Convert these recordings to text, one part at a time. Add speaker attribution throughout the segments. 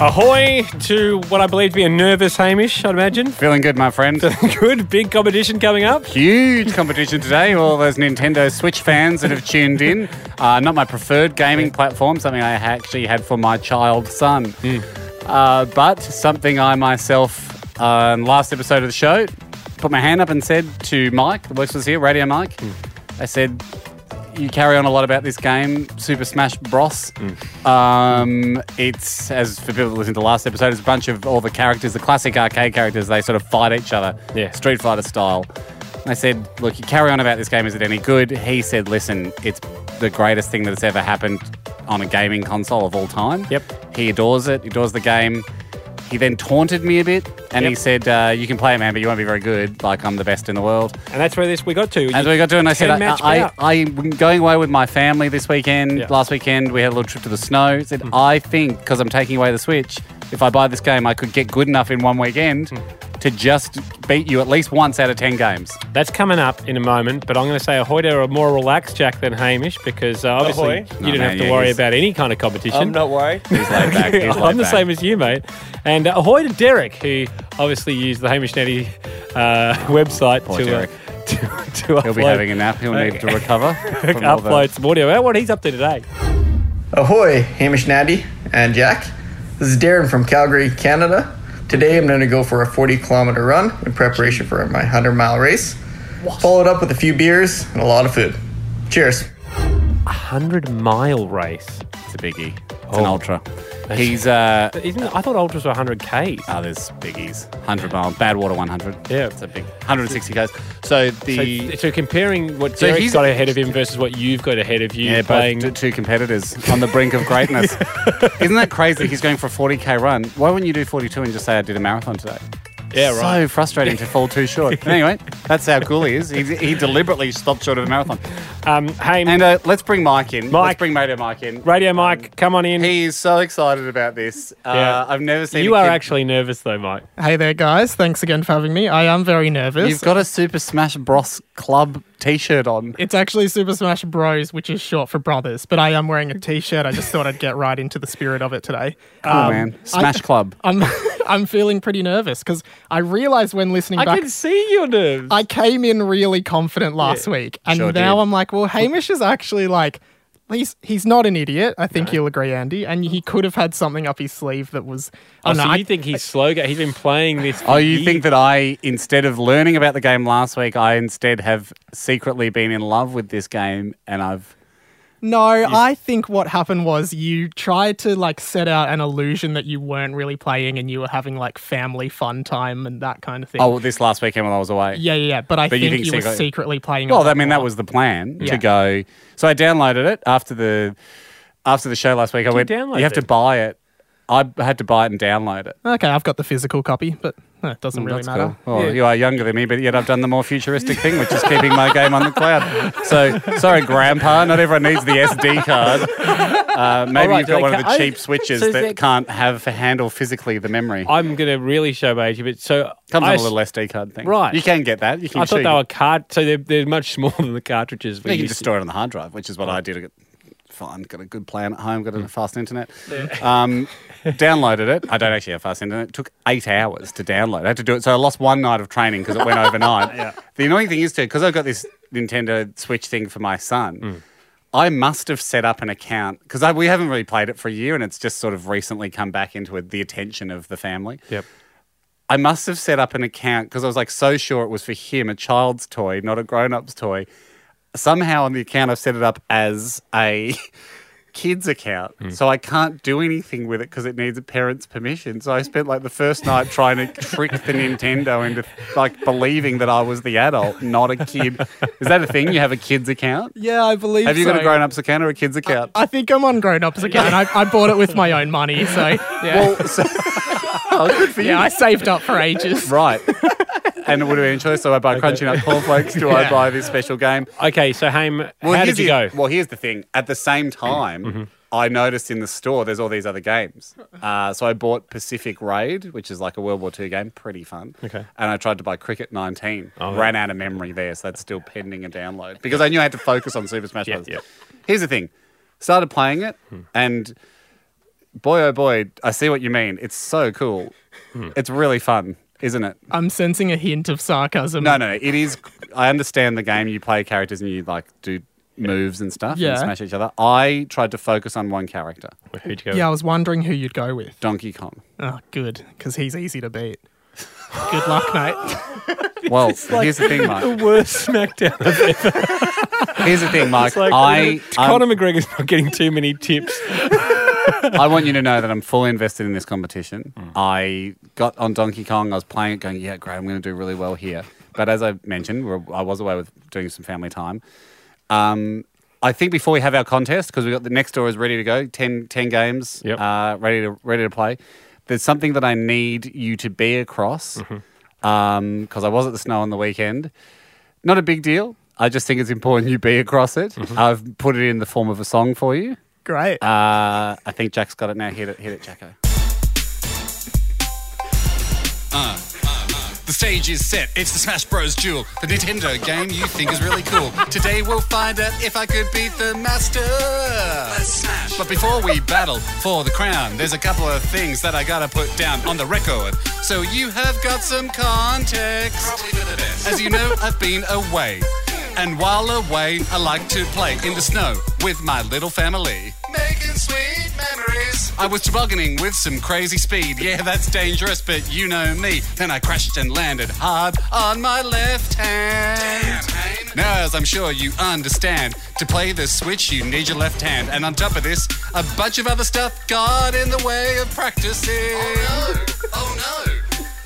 Speaker 1: Ahoy to what I believe to be a nervous Hamish, I'd imagine.
Speaker 2: Feeling good, my friend.
Speaker 1: Good big competition coming up.
Speaker 2: Huge competition today. All those Nintendo Switch fans that have tuned in. Uh, not my preferred gaming platform, something I ha- actually had for my child son. Uh, but something I myself, uh, in the last episode of the show, put my hand up and said to Mike, that works with us here, Radio Mike, I said, you carry on a lot about this game, Super Smash Bros. Um, it's as for people listening to the last episode, it's a bunch of all the characters, the classic arcade characters. They sort of fight each other,
Speaker 1: Yeah.
Speaker 2: Street Fighter style. And I said, "Look, you carry on about this game. Is it any good?" He said, "Listen, it's the greatest thing that's ever happened on a gaming console of all time."
Speaker 1: Yep.
Speaker 2: He adores it. He adores the game. He then taunted me a bit, and he
Speaker 1: Yep.
Speaker 2: said, uh, "You can play it, man, but you won't be very good. Like I'm the best in the world."
Speaker 1: And that's where this we got to.
Speaker 2: As we got to, and I said,
Speaker 1: Ten match
Speaker 2: I, I,
Speaker 1: out.
Speaker 2: I'm going away with my family this weekend.
Speaker 1: Yeah. Hmm.
Speaker 2: Last weekend, we had a little trip to the snow. I said, I think because I'm taking away the Switch, if I buy this game, I could get good enough in one weekend
Speaker 1: Hmm.
Speaker 2: to just beat you at least once out of 10 games.
Speaker 1: That's coming up in a moment, but I'm going to say ahoy to a more relaxed Jack than Hamish because uh, obviously
Speaker 3: Ahoy.
Speaker 1: you
Speaker 2: No,
Speaker 1: didn't
Speaker 2: man,
Speaker 1: have to
Speaker 2: yeah,
Speaker 1: worry
Speaker 2: he's-
Speaker 1: about any kind of competition.
Speaker 3: I'm not worried.
Speaker 2: He's laid back. He's
Speaker 1: I'm
Speaker 2: laid
Speaker 1: the
Speaker 2: back.
Speaker 1: same as you, mate. And uh, ahoy to Derek, who obviously used the Hamish Netty uh, website
Speaker 2: Poor
Speaker 1: to, uh,
Speaker 2: Derek.
Speaker 1: to, to upload,
Speaker 2: He'll be having a nap. He'll need to recover. from all the-
Speaker 1: upload some audio about what he's up to today.
Speaker 4: Ahoy, Hamish Natty and Jack. This is Darren from Calgary, Canada. Today I'm going to go for a 40 kilometer run in preparation for my 100 mile race. Followed up with a few beers and a lot of food. Cheers.
Speaker 1: 100 mile race.
Speaker 2: It's a biggie. It's an
Speaker 1: Oh.
Speaker 2: ultra. He's, uh,
Speaker 1: Isn't I thought ultras were 100Ks.
Speaker 2: oh, there's biggies. 100 mile, Badwater 100.
Speaker 1: Yeah.
Speaker 2: It's a big 160 goes. So the.
Speaker 1: So, so comparing what
Speaker 2: So
Speaker 1: Derek's
Speaker 2: he's-
Speaker 1: got ahead of him versus what you've got ahead of you
Speaker 2: Yeah,
Speaker 1: playing.
Speaker 2: both t- two competitors on the brink of greatness. Isn't that crazy? He's going for a 40k run. Why wouldn't you do 42 and just say I did a marathon today?
Speaker 1: yeah, right.
Speaker 2: So frustrating to fall too short. But anyway, that's how cool he is. He, he deliberately stopped short of a marathon.
Speaker 1: um, hey,
Speaker 2: And uh, let's bring Mike in.
Speaker 1: Mike.
Speaker 2: Let's bring Radio Mike in.
Speaker 1: Radio Mike, come on in.
Speaker 2: He is so excited about this. Uh,
Speaker 1: Yeah.
Speaker 2: I've never seen
Speaker 1: you
Speaker 2: a
Speaker 1: are
Speaker 2: kid-
Speaker 1: actually nervous though, Mike.
Speaker 5: Hey there, guys. Thanks again for having me. I am very nervous.
Speaker 2: You've got a Super Smash Bros. Club T-shirt on.
Speaker 5: it's actually Super Smash Bros, which is short for brothers, but I am wearing a t-shirt. I just thought I'd get right into the spirit of it today.
Speaker 2: Cool,
Speaker 1: Um,
Speaker 2: man. Smash Club.
Speaker 5: I'm I'm feeling pretty nervous because I realized when listening
Speaker 1: I
Speaker 5: back
Speaker 1: can see your nerves.
Speaker 5: I came in really confident last week, and
Speaker 2: Sure
Speaker 5: now
Speaker 2: did.
Speaker 5: I'm like, well, Hamish is actually like, he's he's not an idiot. I think you'll agree, Andy, and he could have had something up his sleeve that was. I
Speaker 1: oh,
Speaker 5: don't
Speaker 1: so
Speaker 5: know,
Speaker 1: you
Speaker 5: I-
Speaker 1: think he's slow? Ga- he's been playing this. for
Speaker 2: Oh, you
Speaker 1: years.
Speaker 2: think that I, instead of learning about the game last week, I instead have secretly been in love with this game and I've.
Speaker 5: No, I think what happened was you tried to like set out an illusion that you weren't really playing and you were having like family fun time and that kind of thing.
Speaker 2: Oh, this last weekend while I was away.
Speaker 5: yeah, yeah, yeah. But I
Speaker 2: But you
Speaker 5: think you,
Speaker 2: think
Speaker 5: were
Speaker 2: secret-
Speaker 5: secretly playing. a
Speaker 2: Well,
Speaker 5: lot
Speaker 2: I mean, that
Speaker 5: more.
Speaker 2: was the plan
Speaker 5: Yeah.
Speaker 2: to go. So I downloaded it after the after the show last week. I went.
Speaker 1: download
Speaker 2: you have to
Speaker 1: it?
Speaker 2: buy it. I had to buy it and download it.
Speaker 5: okay. I've got the physical copy, but no, it doesn't really
Speaker 2: Mm, That's
Speaker 5: matter.
Speaker 2: cool. Well, you are younger than me, but yet I've done the more futuristic thing, which is keeping my game on the cloud. So sorry, Grandpa. Not everyone needs the SD card. Uh, maybe
Speaker 1: right,
Speaker 2: you've
Speaker 1: so
Speaker 2: got
Speaker 1: they
Speaker 2: one of
Speaker 1: ca-
Speaker 2: the
Speaker 1: I-
Speaker 2: cheap switches
Speaker 1: so they-
Speaker 2: that can't have handle physically the memory.
Speaker 1: I'm going to really show my age, but so
Speaker 2: Comes
Speaker 1: I
Speaker 2: on
Speaker 1: s-
Speaker 2: a little SD card thing.
Speaker 1: Right.
Speaker 2: You can get that. You can.
Speaker 1: I thought
Speaker 2: sure
Speaker 1: they
Speaker 2: you can-
Speaker 1: were cart. So they're, they're much smaller than the cartridges. we
Speaker 2: You can
Speaker 1: used
Speaker 2: just
Speaker 1: to-
Speaker 2: store it on the hard drive, which is what I did. Fine, got a good plan at home, got a fast internet. Um, downloaded it. I don't actually have fast internet. It took eight hours to download. I had to do it. So I lost one night of training because it went overnight. The annoying thing is, too, because I've got this Nintendo Switch thing for my son. I must have set up an account because we haven't really played it for a year and it's just sort of recently come back into the attention of the family.
Speaker 1: Yep.
Speaker 2: I must have set up an account because I was like so sure it was for him, a child's toy, not a grown up's toy. Somehow on the account, I've set it up as a kids account. So I can't do anything with it because it needs a parent's permission. So I spent like the first night trying to trick the Nintendo into like believing that I was the adult, not a kid. Is that a thing? You have a kids account?
Speaker 5: Yeah, I believe.
Speaker 2: Have you got a
Speaker 5: so.
Speaker 2: grown up's account or a kids account?
Speaker 5: I think I'm on grown ups again. I, I bought it with my own money, so yeah,
Speaker 2: well, so, oh, good for you.
Speaker 5: yeah I saved up for ages.
Speaker 2: Right. and what do we enjoy? So I buy Crunchy Nut Cornflakes. Do I buy this special game?
Speaker 1: Okay, so Haim, how
Speaker 2: here's
Speaker 1: did you
Speaker 2: the-
Speaker 1: go? Mm-hmm.
Speaker 2: Well, here's the thing. At the same time, I noticed in the store there's all these other games. Uh, so I bought Pacific Raid, which is like a World War II game, pretty fun.
Speaker 1: Okay. Oh,
Speaker 2: And I tried to buy Cricket 19. Ran out of memory there, so that's still pending a download because I knew I had to focus on Super Smash
Speaker 1: Yeah,
Speaker 2: Bros.
Speaker 1: yeah. Hmm.
Speaker 2: Here's the thing. Started playing it, and boy, oh boy, I see what you mean. It's so cool.
Speaker 1: Hmm.
Speaker 2: It's really fun, isn't it?
Speaker 5: I'm sensing a hint of sarcasm.
Speaker 2: No, no, it is. I understand the game. You play characters and you like do moves and stuff
Speaker 5: Yeah.
Speaker 2: and smash each other. I tried to focus on one character,
Speaker 1: Who'd you go?
Speaker 5: Yeah, I was wondering who you'd go with.
Speaker 2: Donkey Kong.
Speaker 5: Oh, good, because he's easy to beat. Good luck, mate.
Speaker 2: Well, here's the thing, Mike.
Speaker 1: with? Worst SmackDown.
Speaker 2: Here's the thing, Mike.
Speaker 1: like,
Speaker 2: I, um,
Speaker 1: Conor
Speaker 2: I'm-
Speaker 1: McGregor's not getting too many tips.
Speaker 2: I want you to know that I'm fully invested in this competition. I got on Donkey Kong. I was playing it, going, "Yeah, great. I'm going to do really well here." But as I mentioned, we're, I was away with doing some family time. Um, I think before we have our contest, because we got the next door is ready to go, 10, 10 games
Speaker 1: Yep.
Speaker 2: uh, ready to ready to play. There's something that I need you to be across because I was at the snow on the weekend. Not a big deal. I just think it's important you be across it. I've put it in the form of a song for you.
Speaker 5: Great.
Speaker 2: Uh, I think Jack's got it now. Hit it, hit it, Jacko.
Speaker 3: The stage is set. It's the Smash Bros. Duel, the Nintendo game you think is really cool. Today we'll find out if I could beat the master. But before we battle for the crown, there's a couple of things that I gotta put down on the record. So you have got some context. As you know, I've been away. And while away, I like to play in the snow with my little family. Making sweet memories. I was tobogganing with some crazy speed. Yeah, that's dangerous, but you know me. Then I crashed and landed hard on my left hand. Now, as I'm sure you understand, to play the Switch, you need your left hand. And on top of this, a bunch of other stuff got in the way of practicing. Oh no! Oh no!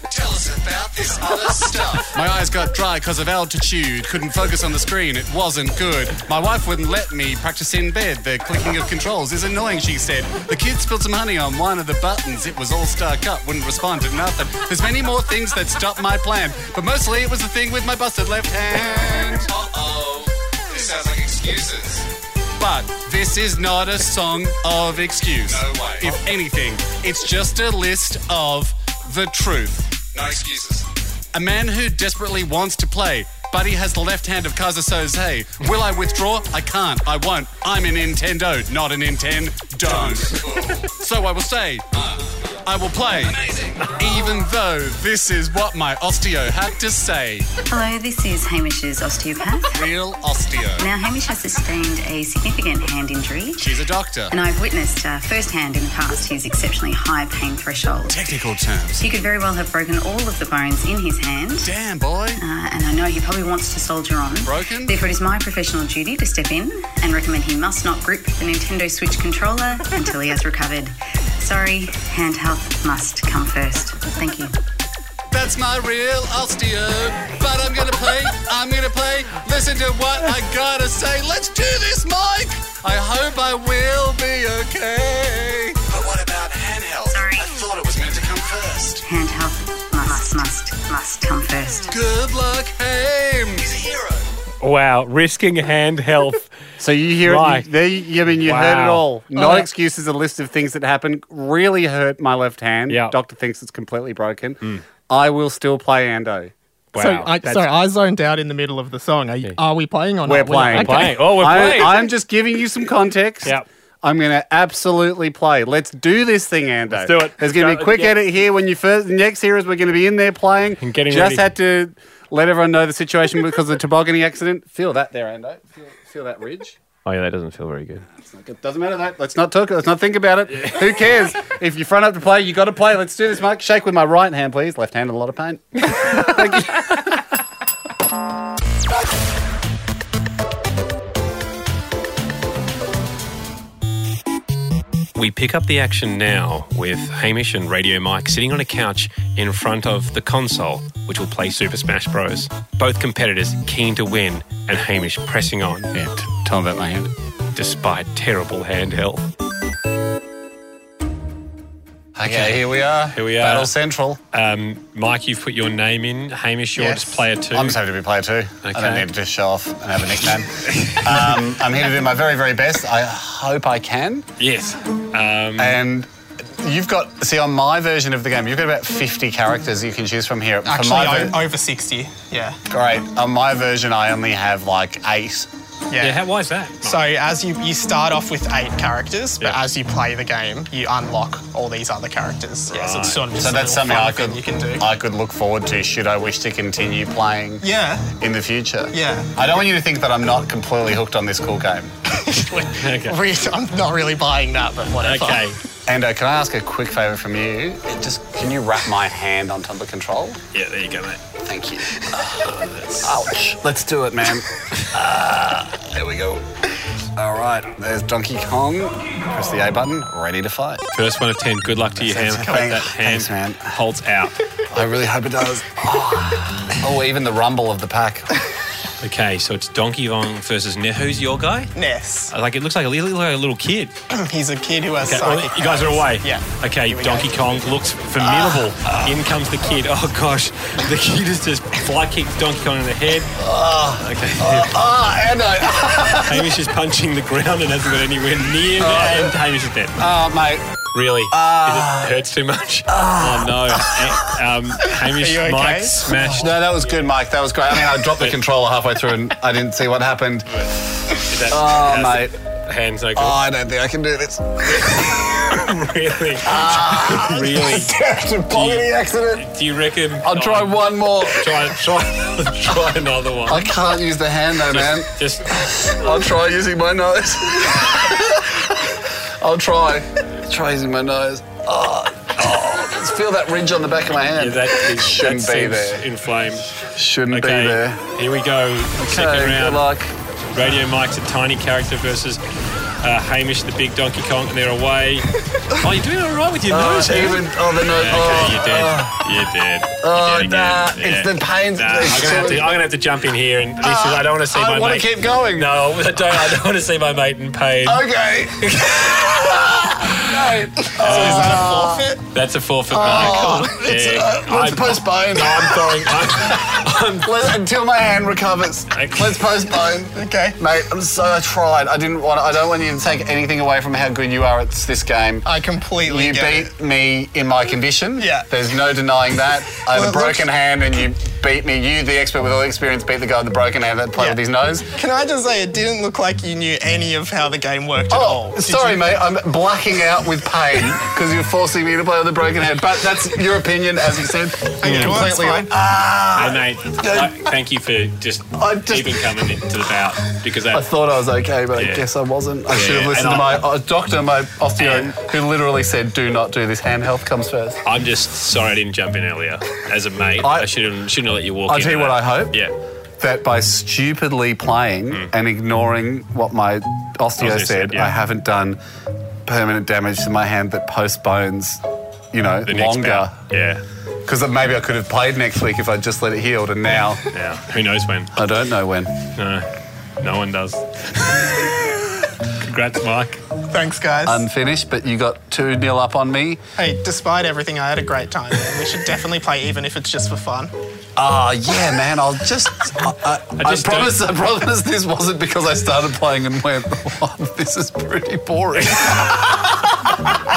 Speaker 3: Tell us about this other stuff. My eyes got dry because of altitude. Couldn't focus on the screen. It wasn't good. My wife wouldn't let me practice in bed. The clicking of controls is annoying, she said. The kids spilled some honey on one of the buttons. It was all stuck up. Wouldn't respond to nothing. There's many more things that stopped my plan, but mostly it was the thing with my busted left hand. Uh-oh. This sounds like excuses. But this is not a song of excuse. No way. If anything, it's just a list of the truth. No excuses. A man who desperately wants to play, but he has the left hand of Kaza Soze. Will I withdraw? I can't. I won't. I'm a Nintendo, not a Nintendo. so I will say, I will play. Even though this is what my osteo had to say.
Speaker 6: Hello, this is Hamish's osteopath.
Speaker 3: Real osteo.
Speaker 6: Now, Hamish has sustained a significant hand injury,
Speaker 3: She's a doctor.
Speaker 6: and I've witnessed uh, firsthand in the past his exceptionally high pain threshold.
Speaker 3: Technical terms.
Speaker 6: He could very well have broken all of the bones in his hand,
Speaker 3: Damn, boy.
Speaker 6: uh, and I know he probably wants to soldier on.
Speaker 3: Broken?
Speaker 6: Therefore, it is my professional duty to step in and recommend he must not grip the Nintendo Switch controller until he has recovered. Sorry, hand health must come first. Thank you.
Speaker 3: That's my real osteo. But I'm gonna play, I'm gonna play. Listen to what I gotta say. Let's do this, Mike! I hope I will be okay. But what about handheld?
Speaker 6: Sorry.
Speaker 3: I thought it was meant to come first.
Speaker 6: Hand health must, must, must come first.
Speaker 3: Good luck, Haim! He's a hero.
Speaker 1: Wow, risking hand health.
Speaker 2: So you hear
Speaker 1: Right.
Speaker 2: it. You, there, you- I mean, you heard it
Speaker 1: Wow.
Speaker 2: all. Not
Speaker 5: yeah.
Speaker 2: excuses. A list of things that happened. Really hurt my left hand.
Speaker 1: Yeah. Hmm.
Speaker 2: Doctor thinks it's completely broken. I will still play Ando.
Speaker 1: Wow,
Speaker 5: so, I,
Speaker 1: that's-
Speaker 5: sorry, I zoned out in the middle of the song. Are, you, are we playing or not?
Speaker 2: We're playing.
Speaker 5: okay.
Speaker 1: playing. Oh, we're
Speaker 2: I,
Speaker 1: playing.
Speaker 2: I'm just giving you some context.
Speaker 1: Yep.
Speaker 2: I'm going to absolutely play. Let's do this thing, Ando.
Speaker 1: Let's do it.
Speaker 2: There's going to be
Speaker 1: Go-
Speaker 2: a quick
Speaker 1: yeah.
Speaker 2: edit here when you first. Next here is we're going to be in there playing.
Speaker 1: And getting ready.
Speaker 2: just had to let everyone know the situation because of the tobogganing accident. Feel that there, Ando. Feel, feel that ridge.
Speaker 7: Oh yeah, that doesn't feel very good.
Speaker 2: It doesn't matter though. Let's not talk. Let's not think about it. Who cares? if you front up to play, you got to play. Let's do this, Mike. Shake with my right hand, please. Left hand, in a lot of pain. Thank you.
Speaker 8: We pick up the action now with Hamish and Radio Mike sitting on a couch in front of the console, which will play Super Smash Bros. Both competitors keen to win, and Hamish pressing on
Speaker 2: Tell him about my hand.
Speaker 8: despite terrible hand health.
Speaker 2: Okay, here we are.
Speaker 1: Here we are.
Speaker 2: Battle Central.
Speaker 1: Um, Mike, you've put your name in. Hamish, you're
Speaker 9: Yes.
Speaker 1: just player two.
Speaker 2: I'm just happy to be player two. I don't
Speaker 1: Okay.
Speaker 2: need to just show off and have a nickname. um, I'm here to do my very, very best. I hope I can.
Speaker 1: Yes.
Speaker 5: Mm.
Speaker 1: Um,
Speaker 2: And you've got, see, on my version of the game, you've got about 50 characters you can choose from here. For
Speaker 5: Actually,
Speaker 2: my
Speaker 5: o- over 60. Yeah.
Speaker 2: Great. On my version, I only have like eight.
Speaker 5: Yeah.
Speaker 1: yeah, how, why is that? Mike?
Speaker 5: so as you you start off with eight characters, but
Speaker 1: Yeah.
Speaker 5: as you play the game, you unlock all these other characters. Yeah, so it's sort of just
Speaker 2: So
Speaker 5: a
Speaker 2: that's
Speaker 5: little
Speaker 2: something
Speaker 5: fun
Speaker 2: I
Speaker 5: thing
Speaker 2: could
Speaker 5: you can do.
Speaker 2: I could look forward to should I wish to continue playing
Speaker 5: yeah.
Speaker 2: in the future.
Speaker 5: Yeah.
Speaker 2: I don't want you to think that I'm not completely hooked on this cool game.
Speaker 1: okay.
Speaker 5: Re- I'm not really buying that, but whatever.
Speaker 1: okay.
Speaker 2: Ando, uh, can I ask a quick favour from you? It just can you wrap my hand on top of the control?
Speaker 1: Yeah, there you go, mate.
Speaker 2: Thank you. Ouch. Let's do it, man. Ah, there we go. All right, there's Donkey Kong. Press the A button, ready to fight.
Speaker 1: First one of ten. Good luck to your hand.
Speaker 2: Thanks,
Speaker 1: Hope that hand
Speaker 2: thanks, man.
Speaker 1: holds out.
Speaker 2: I really hope it does. Oh, even the rumble of the pack.
Speaker 1: Okay, so it's Donkey Kong versus Ned. Who's your guy?
Speaker 5: Ness.
Speaker 1: Like it looks like a, he looks like a little kid.
Speaker 5: He's a kid who has
Speaker 1: Okay, well,
Speaker 5: psychic
Speaker 1: you guys are
Speaker 5: powers.
Speaker 1: away.
Speaker 5: Yeah.
Speaker 1: Okay,
Speaker 5: Here we
Speaker 1: Donkey
Speaker 5: go. Ah.
Speaker 1: Kong looks formidable. In comes the kid. Oh gosh, the kid is just fly kicks Donkey Kong in the head. Okay.
Speaker 2: Ah, Ando.
Speaker 1: Hamish is punching the ground and hasn't got anywhere near.
Speaker 5: Ah.
Speaker 1: and Hamish is dead.
Speaker 2: Oh, mate.
Speaker 1: Really? it hurts too much. oh no. Eh, Um, Hamish,
Speaker 5: Ah. Are you
Speaker 1: Mike
Speaker 5: okay? Oh.
Speaker 1: smashed.
Speaker 2: No, that was good, Mike. That was great. I mean, I dropped the controller halfway through and I didn't see what happened.
Speaker 1: That,
Speaker 2: Oh,
Speaker 1: that's-
Speaker 2: mate.
Speaker 1: Hands no good.
Speaker 2: Oh,
Speaker 5: Ah.
Speaker 2: I don't think I can do this.
Speaker 1: really?
Speaker 5: Ah.
Speaker 1: really?
Speaker 2: Boggy accident.
Speaker 1: Do you reckon?
Speaker 2: I'll try one more.
Speaker 1: Try, try, try another one.
Speaker 2: I can't use the hand though, man.
Speaker 1: Just,
Speaker 2: I'll try using my nose. I'll try. Try using my nose. Oh, oh, just feel that ridge on the back of my hand.
Speaker 1: yeah, that is,
Speaker 2: Shouldn't
Speaker 1: that
Speaker 2: be
Speaker 1: seems
Speaker 2: there.
Speaker 1: In flames.
Speaker 2: Shouldn't
Speaker 1: Okay,
Speaker 2: be there.
Speaker 1: here we go. Second
Speaker 2: Okay, good
Speaker 1: round.
Speaker 2: luck.
Speaker 1: Radio Mike's a tiny character versus uh, Hamish, the big Donkey Kong, and they're away. oh, you're doing all right with your
Speaker 2: Oh,
Speaker 1: nose, Hamish.
Speaker 2: even, oh, the nose.
Speaker 1: Okay,
Speaker 2: oh,
Speaker 1: you're dead. you're dead.
Speaker 2: Oh,
Speaker 1: you're dead
Speaker 2: nah,
Speaker 1: again.
Speaker 2: it's the pains- Uh,
Speaker 1: Nah, I'm, gonna have to, I'm gonna have to jump in here, and this is, I don't want to see
Speaker 2: oh, I
Speaker 1: my
Speaker 2: wanna
Speaker 1: mate.
Speaker 2: keep going.
Speaker 1: No, I don't. I don't want to see my mate in pain.
Speaker 2: oh. Okay. no. Ah.
Speaker 1: That's a forfeit,
Speaker 2: Oh,
Speaker 1: Mike.
Speaker 2: uh,
Speaker 1: Yeah,
Speaker 2: Let's
Speaker 1: I'm-
Speaker 2: postpone.
Speaker 1: I'm throwing. I'm,
Speaker 2: Let, until my hand recovers.
Speaker 1: Okay.
Speaker 2: Let's postpone.
Speaker 5: Okay.
Speaker 2: Mate, I'm so I tried. I didn't want. I don't want you to take anything away from how good you are at this game.
Speaker 5: I completely
Speaker 2: You
Speaker 5: get it.
Speaker 2: beat me in my condition.
Speaker 5: Yeah.
Speaker 2: There's no denying that. I had
Speaker 5: Well,
Speaker 2: a
Speaker 5: it
Speaker 2: broken
Speaker 5: looks-
Speaker 2: hand, and you beat me. You, the expert with all the experience, beat the guy with the broken hand that played
Speaker 5: Yeah.
Speaker 2: with his nose.
Speaker 5: Can I just say it didn't look like you knew any of how the game worked at all?
Speaker 2: Oh,
Speaker 5: Did
Speaker 2: sorry,
Speaker 5: you-
Speaker 2: mate. I'm blacking out with pain because you're forcing me to play with a broken hand. But that's your opinion, as you said.
Speaker 5: Okay, well, that's fine.
Speaker 1: hey, mate. I, thank you for just,
Speaker 2: I'm just-
Speaker 1: even coming into the bout because that,
Speaker 2: I thought I was okay, but
Speaker 1: Yeah.
Speaker 2: I guess I wasn't. I should have
Speaker 1: and
Speaker 2: listened to my
Speaker 1: I-
Speaker 2: uh, doctor, my osteo,
Speaker 1: And-
Speaker 2: who literally said, "Do not do this. Hand health comes first.
Speaker 1: I'm just sorry I didn't jump in earlier. As a mate, I,
Speaker 2: I-
Speaker 1: shouldn't shouldn't have let you walk.
Speaker 2: I'll
Speaker 1: into
Speaker 2: tell you what
Speaker 1: that.
Speaker 2: I hope.
Speaker 1: Yeah.
Speaker 2: That by stupidly playing and ignoring what my osteo
Speaker 1: Hmm. Osteo
Speaker 2: said,
Speaker 1: said, yeah.
Speaker 2: I haven't done permanent damage to my hand that postpones, you know,
Speaker 1: The next
Speaker 2: longer.
Speaker 1: bout. Yeah.
Speaker 2: Because maybe I could have played next week if I just let it healed, and now
Speaker 1: Yeah. Who knows when?
Speaker 2: I don't know when.
Speaker 1: No. No one does. Congrats, Mike.
Speaker 5: Thanks, guys.
Speaker 2: Unfinished, but you got two nil up on me.
Speaker 5: hey, despite everything, I had a great time. We should definitely play, even if it's just for fun.
Speaker 2: Oh, yeah, man. I'll just. I, I, I,
Speaker 1: just don't-
Speaker 2: promise. I promise this wasn't because I started playing and went, oh, "This is pretty boring."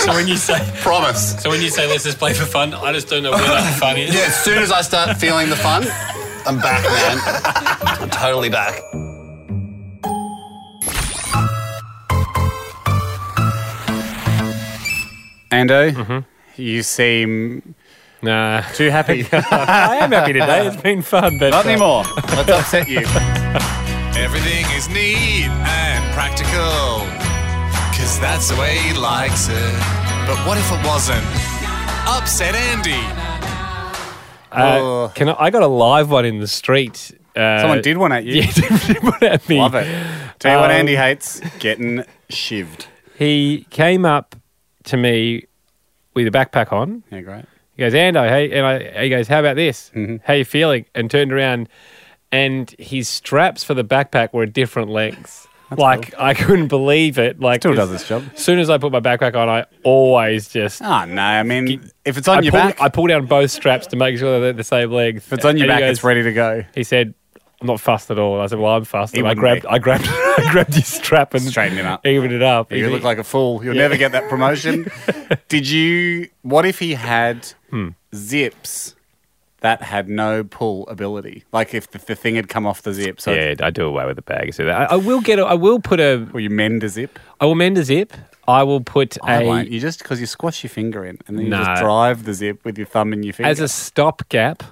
Speaker 1: So when you say
Speaker 2: promise.
Speaker 1: so when you say let's just play for fun, I just don't know where that fun is.
Speaker 2: Yeah. As soon as I start feeling the fun, I'm back, man. I'm totally back. Ando,
Speaker 1: Mm-hmm.
Speaker 2: you seem
Speaker 1: Nah.
Speaker 10: Too happy.
Speaker 11: I am happy today. It's been fun, but
Speaker 10: Not
Speaker 11: uh,
Speaker 10: anymore. Let's upset you.
Speaker 2: everything is neat and practical.
Speaker 12: Cause that's the way he likes it. But what if it wasn't? Upset Andy.
Speaker 11: uh, can I, I got a live one in the street. Uh,
Speaker 10: Someone did one at you.
Speaker 11: Yeah, did one at me.
Speaker 10: Love it. Tell you what
Speaker 11: Um,
Speaker 10: Andy hates, getting shivved.
Speaker 11: He came up to me with a backpack on.
Speaker 10: Yeah, great.
Speaker 11: He goes, Ando, hey, and I, he goes, how about this?
Speaker 2: Mm-hmm.
Speaker 11: How you feeling? And turned around, and his straps for the backpack were different lengths.
Speaker 1: like I couldn't believe it. Like
Speaker 2: Still
Speaker 1: as-
Speaker 2: does its job.
Speaker 1: As soon as I put my backpack on, I always just.
Speaker 2: Oh, no. I mean, if it's on
Speaker 1: I
Speaker 2: your
Speaker 1: pulled,
Speaker 2: back,
Speaker 1: I pulled down both straps to make sure they're the same length.
Speaker 2: if it's on your back, it's ready to go.
Speaker 1: He said, "I'm not fussed at all." I said, "Well, I'm fussed."
Speaker 2: He
Speaker 1: And I
Speaker 2: wouldn't
Speaker 1: grabbed,
Speaker 2: be.
Speaker 1: I grabbed, I grabbed his strap and
Speaker 2: Straighten him up.
Speaker 1: evened it up.
Speaker 2: You
Speaker 1: He-
Speaker 2: look like a fool. You'll never get that promotion. Did you? What if he had zips that had no pull ability? Like if the, the thing had come off the zip, so
Speaker 1: yeah, I do away with the bag. So that I, I will get. A, I will put a.
Speaker 2: or you mend a zip.
Speaker 1: I will mend a zip. I will put
Speaker 2: I
Speaker 1: a
Speaker 2: won't. You just because you squash your finger in and then you just
Speaker 1: No.
Speaker 2: drive the zip with your thumb and your finger.
Speaker 1: as a stopgap.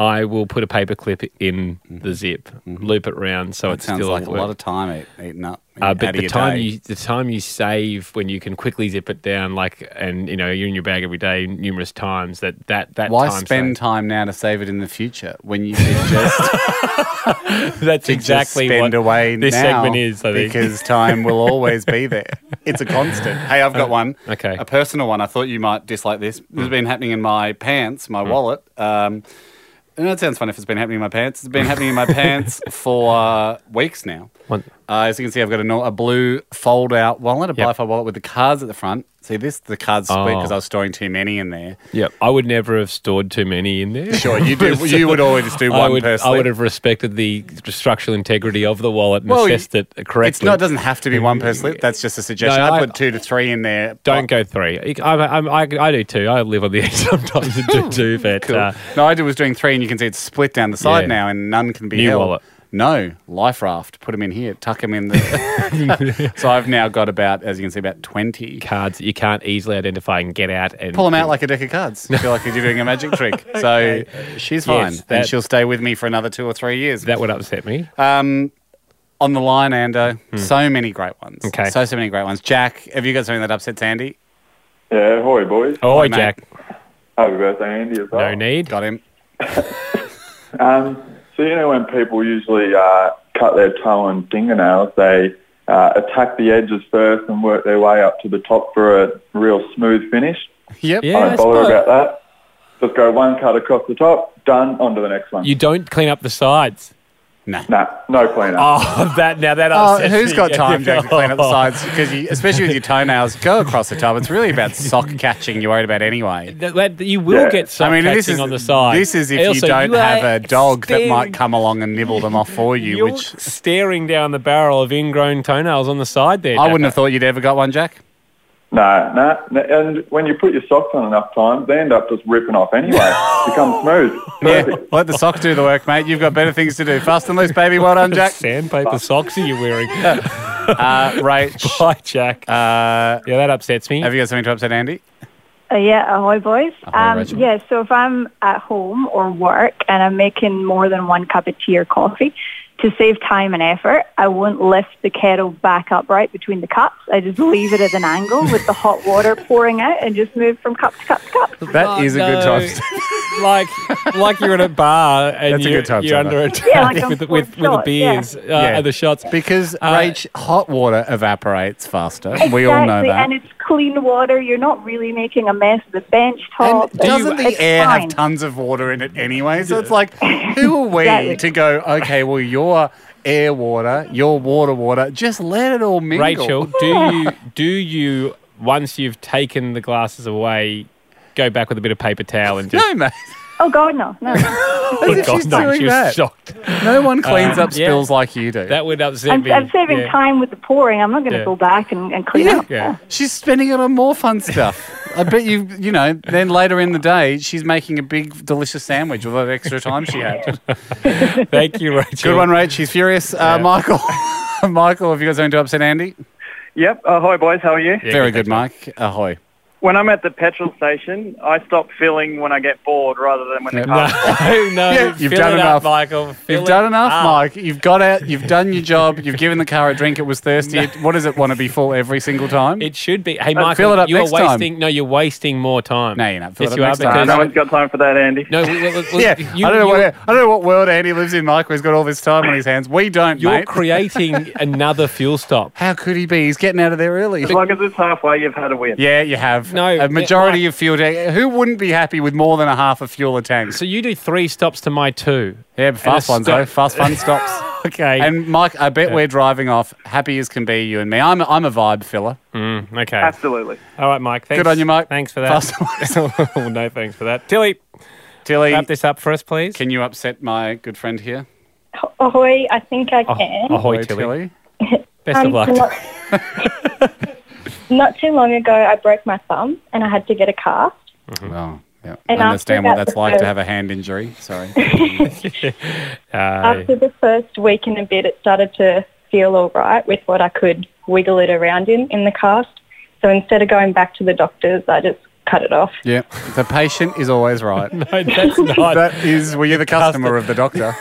Speaker 1: I will put a paper clip in the zip, loop it round so
Speaker 2: Mm-hmm. that
Speaker 1: it's
Speaker 2: sounds
Speaker 1: still
Speaker 2: like a
Speaker 1: work.
Speaker 2: lot of time eat, eaten up.
Speaker 1: Uh,
Speaker 2: out
Speaker 1: but
Speaker 2: of
Speaker 1: the
Speaker 2: your
Speaker 1: time
Speaker 2: day.
Speaker 1: you the time you save when you can quickly zip it down, like and you know you're in your bag every day numerous times. That that that
Speaker 2: Why
Speaker 1: time
Speaker 2: spend
Speaker 1: saved.
Speaker 2: time now to save it in the future when you could just
Speaker 1: That's
Speaker 2: to just
Speaker 1: exactly
Speaker 2: spend
Speaker 1: what
Speaker 2: away
Speaker 1: this
Speaker 2: now
Speaker 1: segment is. I think
Speaker 2: because time will always be there. Uh, It's a constant. Hey, I've got one.
Speaker 1: okay.
Speaker 2: a personal one. I thought you might dislike this. This has been happening in my pants, my wallet. Um, and that sounds fun if it's been happening in my pants. It's been happening in my pants for uh, weeks now.
Speaker 1: One-
Speaker 2: Uh, as you can see, I've got a, nor- a blue fold out wallet, a
Speaker 1: Yep.
Speaker 2: bifold wallet with the cards at the front. See this? The cards split because
Speaker 1: Oh.
Speaker 2: I was storing too many in there.
Speaker 1: yeah, I would never have stored too many in there.
Speaker 2: Sure, you do. you would always do one
Speaker 1: I would,
Speaker 2: person.
Speaker 1: I would have respected the structural integrity of the wallet and
Speaker 2: Well,
Speaker 1: assessed it correctly.
Speaker 2: It's not. It doesn't have to be one per slip. That's just a suggestion. I,
Speaker 1: I-
Speaker 2: put two to three in there.
Speaker 1: Don't go three. I, I, I, I do two. I live on the edge sometimes and do two, but
Speaker 2: Cool.
Speaker 1: uh,
Speaker 2: no, I did was doing three, and you can see it's split down the side
Speaker 1: Yeah.
Speaker 2: now, and none can be
Speaker 1: New
Speaker 2: held.
Speaker 1: wallet.
Speaker 2: No, life raft. Put them in here. Tuck them in the. so I've now got about, as you can see, about twenty.
Speaker 1: cards that you can't easily identify and get out and
Speaker 2: Pull them out like a deck of cards. I feel like you're doing a magic trick. So she's fine, and
Speaker 1: that-
Speaker 2: she'll stay with me for another two or three years.
Speaker 1: That would upset me.
Speaker 2: um, on the line, Ando. So many great ones.
Speaker 1: Hmm. Okay.
Speaker 2: So so many great ones. Jack, have you got something that upsets Andy?
Speaker 10: Yeah, hi boys.
Speaker 1: oh,
Speaker 2: mate.
Speaker 1: Jack,
Speaker 10: Happy birthday, Andy. As well.
Speaker 1: no need.
Speaker 2: Got him.
Speaker 10: Um, so you know when people usually uh, cut their toe and fingernails, they uh, attack the edges first and work their way up to the top for a real smooth finish.
Speaker 2: Yep.
Speaker 1: Yeah,
Speaker 10: I
Speaker 1: I
Speaker 10: don't bother
Speaker 1: suppose.
Speaker 10: about that. Just go one cut across the top, done. On to the next one.
Speaker 1: You don't clean up the sides.
Speaker 10: nah, no cleaner.
Speaker 1: Oh, that now that
Speaker 2: Oh,
Speaker 1: upsets
Speaker 2: who's
Speaker 1: me.
Speaker 2: got time, Jack, to clean up the sides? Because you, especially with your toenails, go across the top. It's really about sock catching. You're worried about anyway.
Speaker 1: That, that- you will
Speaker 10: Yeah.
Speaker 1: get
Speaker 2: I
Speaker 1: some
Speaker 2: mean,
Speaker 1: catching
Speaker 2: this is
Speaker 1: on the side.
Speaker 2: This is if
Speaker 1: Also,
Speaker 2: you don't
Speaker 1: are
Speaker 2: have a dog that
Speaker 1: staring-
Speaker 2: might come along and nibble them off for you,
Speaker 1: You're
Speaker 2: which
Speaker 1: staring down the barrel of ingrown toenails on the side there.
Speaker 2: I
Speaker 1: Jack.
Speaker 2: wouldn't have thought you'd ever got one, Jack.
Speaker 10: No, no, no. And when you put your socks on enough times, they end up just ripping off anyway. Become smooth.
Speaker 2: Yeah,
Speaker 10: Perfect.
Speaker 2: let the sock do the work, mate. You've got better things to do. Fast and loose, baby. Well done, Jack.
Speaker 1: Sandpaper socks are you wearing?
Speaker 2: Uh, right.
Speaker 1: Bye, Jack.
Speaker 2: Uh,
Speaker 1: yeah, that upsets me.
Speaker 2: have you got something to upset Andy?
Speaker 6: Uh, yeah, ahoy, boys.
Speaker 2: Ahoy,
Speaker 6: um,
Speaker 2: Rachel.
Speaker 6: yeah, so if I'm at home or work and I'm making more than one cup of tea or coffee, to save time and effort, I won't lift the kettle back upright between the cups. I just leave it at an angle with the hot water pouring out and just move from cup to cup to cup.
Speaker 1: Oh,
Speaker 2: That is a good time.
Speaker 1: like, like you're at a bar and
Speaker 2: That's a
Speaker 1: you're,
Speaker 2: good time
Speaker 1: you're
Speaker 2: saver.
Speaker 1: under attack
Speaker 6: Yeah, like on
Speaker 1: with, with, with
Speaker 6: fourth
Speaker 1: the
Speaker 6: shot, yeah.
Speaker 1: beers uh,
Speaker 2: Yeah.
Speaker 1: and the shots.
Speaker 2: Because,
Speaker 1: Uh,
Speaker 2: Rach, hot water evaporates faster. We all know
Speaker 6: Exactly,
Speaker 2: that.
Speaker 6: and it's clean water. You're not really making a mess of the bench top.
Speaker 2: And doesn't
Speaker 6: It's-
Speaker 2: the air
Speaker 6: it's
Speaker 2: have
Speaker 6: fine.
Speaker 2: tons of water in it anyway? So it's like, who are we
Speaker 6: Exactly.
Speaker 2: to go, okay, well, your air water, your water water, just let it all mingle.
Speaker 1: Rachel, do you do you once you've taken the glasses away, go back with a bit of paper towel and just?
Speaker 2: No, mate.
Speaker 6: Oh, God, no. no.
Speaker 2: As if
Speaker 1: God,
Speaker 2: she's
Speaker 1: no,
Speaker 2: doing
Speaker 1: she was
Speaker 2: that.
Speaker 1: shocked.
Speaker 2: No one cleans
Speaker 1: Um,
Speaker 2: up spills like you do.
Speaker 1: That would upset
Speaker 6: I'm,
Speaker 1: me.
Speaker 6: I'm saving
Speaker 1: Yeah.
Speaker 6: time with the pouring. I'm not going to
Speaker 1: Yeah.
Speaker 6: go back and, and clean
Speaker 2: yeah.
Speaker 6: up.
Speaker 1: Yeah.
Speaker 2: She's spending it on more fun stuff. I bet you, you know, then later in the day, she's making a big, delicious sandwich with all that extra time she had.
Speaker 1: Thank you, Rachel.
Speaker 2: Good one, Rach. She's furious. Uh, Michael, Michael, have you got something to upset Andy?
Speaker 10: Yep. Uh, hi, boys. How are you?
Speaker 1: Yeah,
Speaker 2: Very
Speaker 1: good,
Speaker 2: good, Mike. Ahoy.
Speaker 10: When I'm at the petrol station, I stop filling when I get bored rather than when
Speaker 2: Yeah.
Speaker 10: the
Speaker 1: No,
Speaker 10: car's
Speaker 1: no,
Speaker 2: Yeah,
Speaker 1: fill
Speaker 2: you've done
Speaker 1: it
Speaker 2: enough.
Speaker 1: up, Michael. Fill
Speaker 2: you've
Speaker 1: it
Speaker 2: done enough,
Speaker 1: up.
Speaker 2: Mike. You've got out. You've done your job. You've given the car a drink. It was thirsty. It- What does it want to be full every single time?
Speaker 1: It should be. Hey, Michael,
Speaker 2: Uh, fill it up
Speaker 1: you
Speaker 2: next
Speaker 1: are
Speaker 2: time.
Speaker 1: wasting. No, you're wasting more time.
Speaker 2: No, you're not. Fill
Speaker 1: Yes,
Speaker 2: it
Speaker 1: you
Speaker 2: up
Speaker 1: are
Speaker 2: next time.
Speaker 1: because.
Speaker 10: No one's got time for that, Andy.
Speaker 1: No, well, well, well,
Speaker 2: yeah,
Speaker 1: you,
Speaker 2: I don't know what
Speaker 1: you're-
Speaker 2: I don't know what world Andy lives in, Michael. He's got all this time on his hands. We don't,
Speaker 1: You're
Speaker 2: mate.
Speaker 1: creating another fuel stop.
Speaker 2: How could he be? He's getting out of there early.
Speaker 10: As long as it's halfway, you've had a win.
Speaker 2: Yeah, you have.
Speaker 1: No, yeah,
Speaker 2: a majority of fuel tank. Who wouldn't be happy with more than a half a fuel tank?
Speaker 1: So you do three stops to my two.
Speaker 2: Yeah,
Speaker 1: And a
Speaker 2: fast ones
Speaker 1: stop-
Speaker 2: though. Fast fun stops.
Speaker 1: okay.
Speaker 2: And Mike, I bet we're driving off happy as can be, you and me. I'm, I'm a vibe filler.
Speaker 1: Mm, okay.
Speaker 13: Absolutely.
Speaker 1: All right, Mike. Thanks.
Speaker 2: Good on you, Mike.
Speaker 1: Thanks for that. oh, no, thanks for that. Tilly.
Speaker 2: Tilly.
Speaker 1: Wrap this up for us, please.
Speaker 2: Can you upset my good friend here?
Speaker 14: Ahoy, I think I can.
Speaker 1: Oh, Ahoy, Tilly. Best of
Speaker 14: Um,
Speaker 1: luck.
Speaker 14: Not, not too long ago, I broke my thumb and I had to get a cast.
Speaker 2: Well, Oh, yeah.
Speaker 14: And
Speaker 2: I
Speaker 14: after
Speaker 2: understand what
Speaker 14: that,
Speaker 2: that's
Speaker 14: the
Speaker 2: like to
Speaker 14: first-
Speaker 2: have a hand injury. Sorry.
Speaker 14: After the first week in the bed, it started to feel all right with what I could wiggle it around in in the cast. So instead of going back to the doctors, I just cut it off.
Speaker 2: yeah. The patient is always right. no,
Speaker 1: that's not.
Speaker 2: That is, well, you're the customer of the doctor.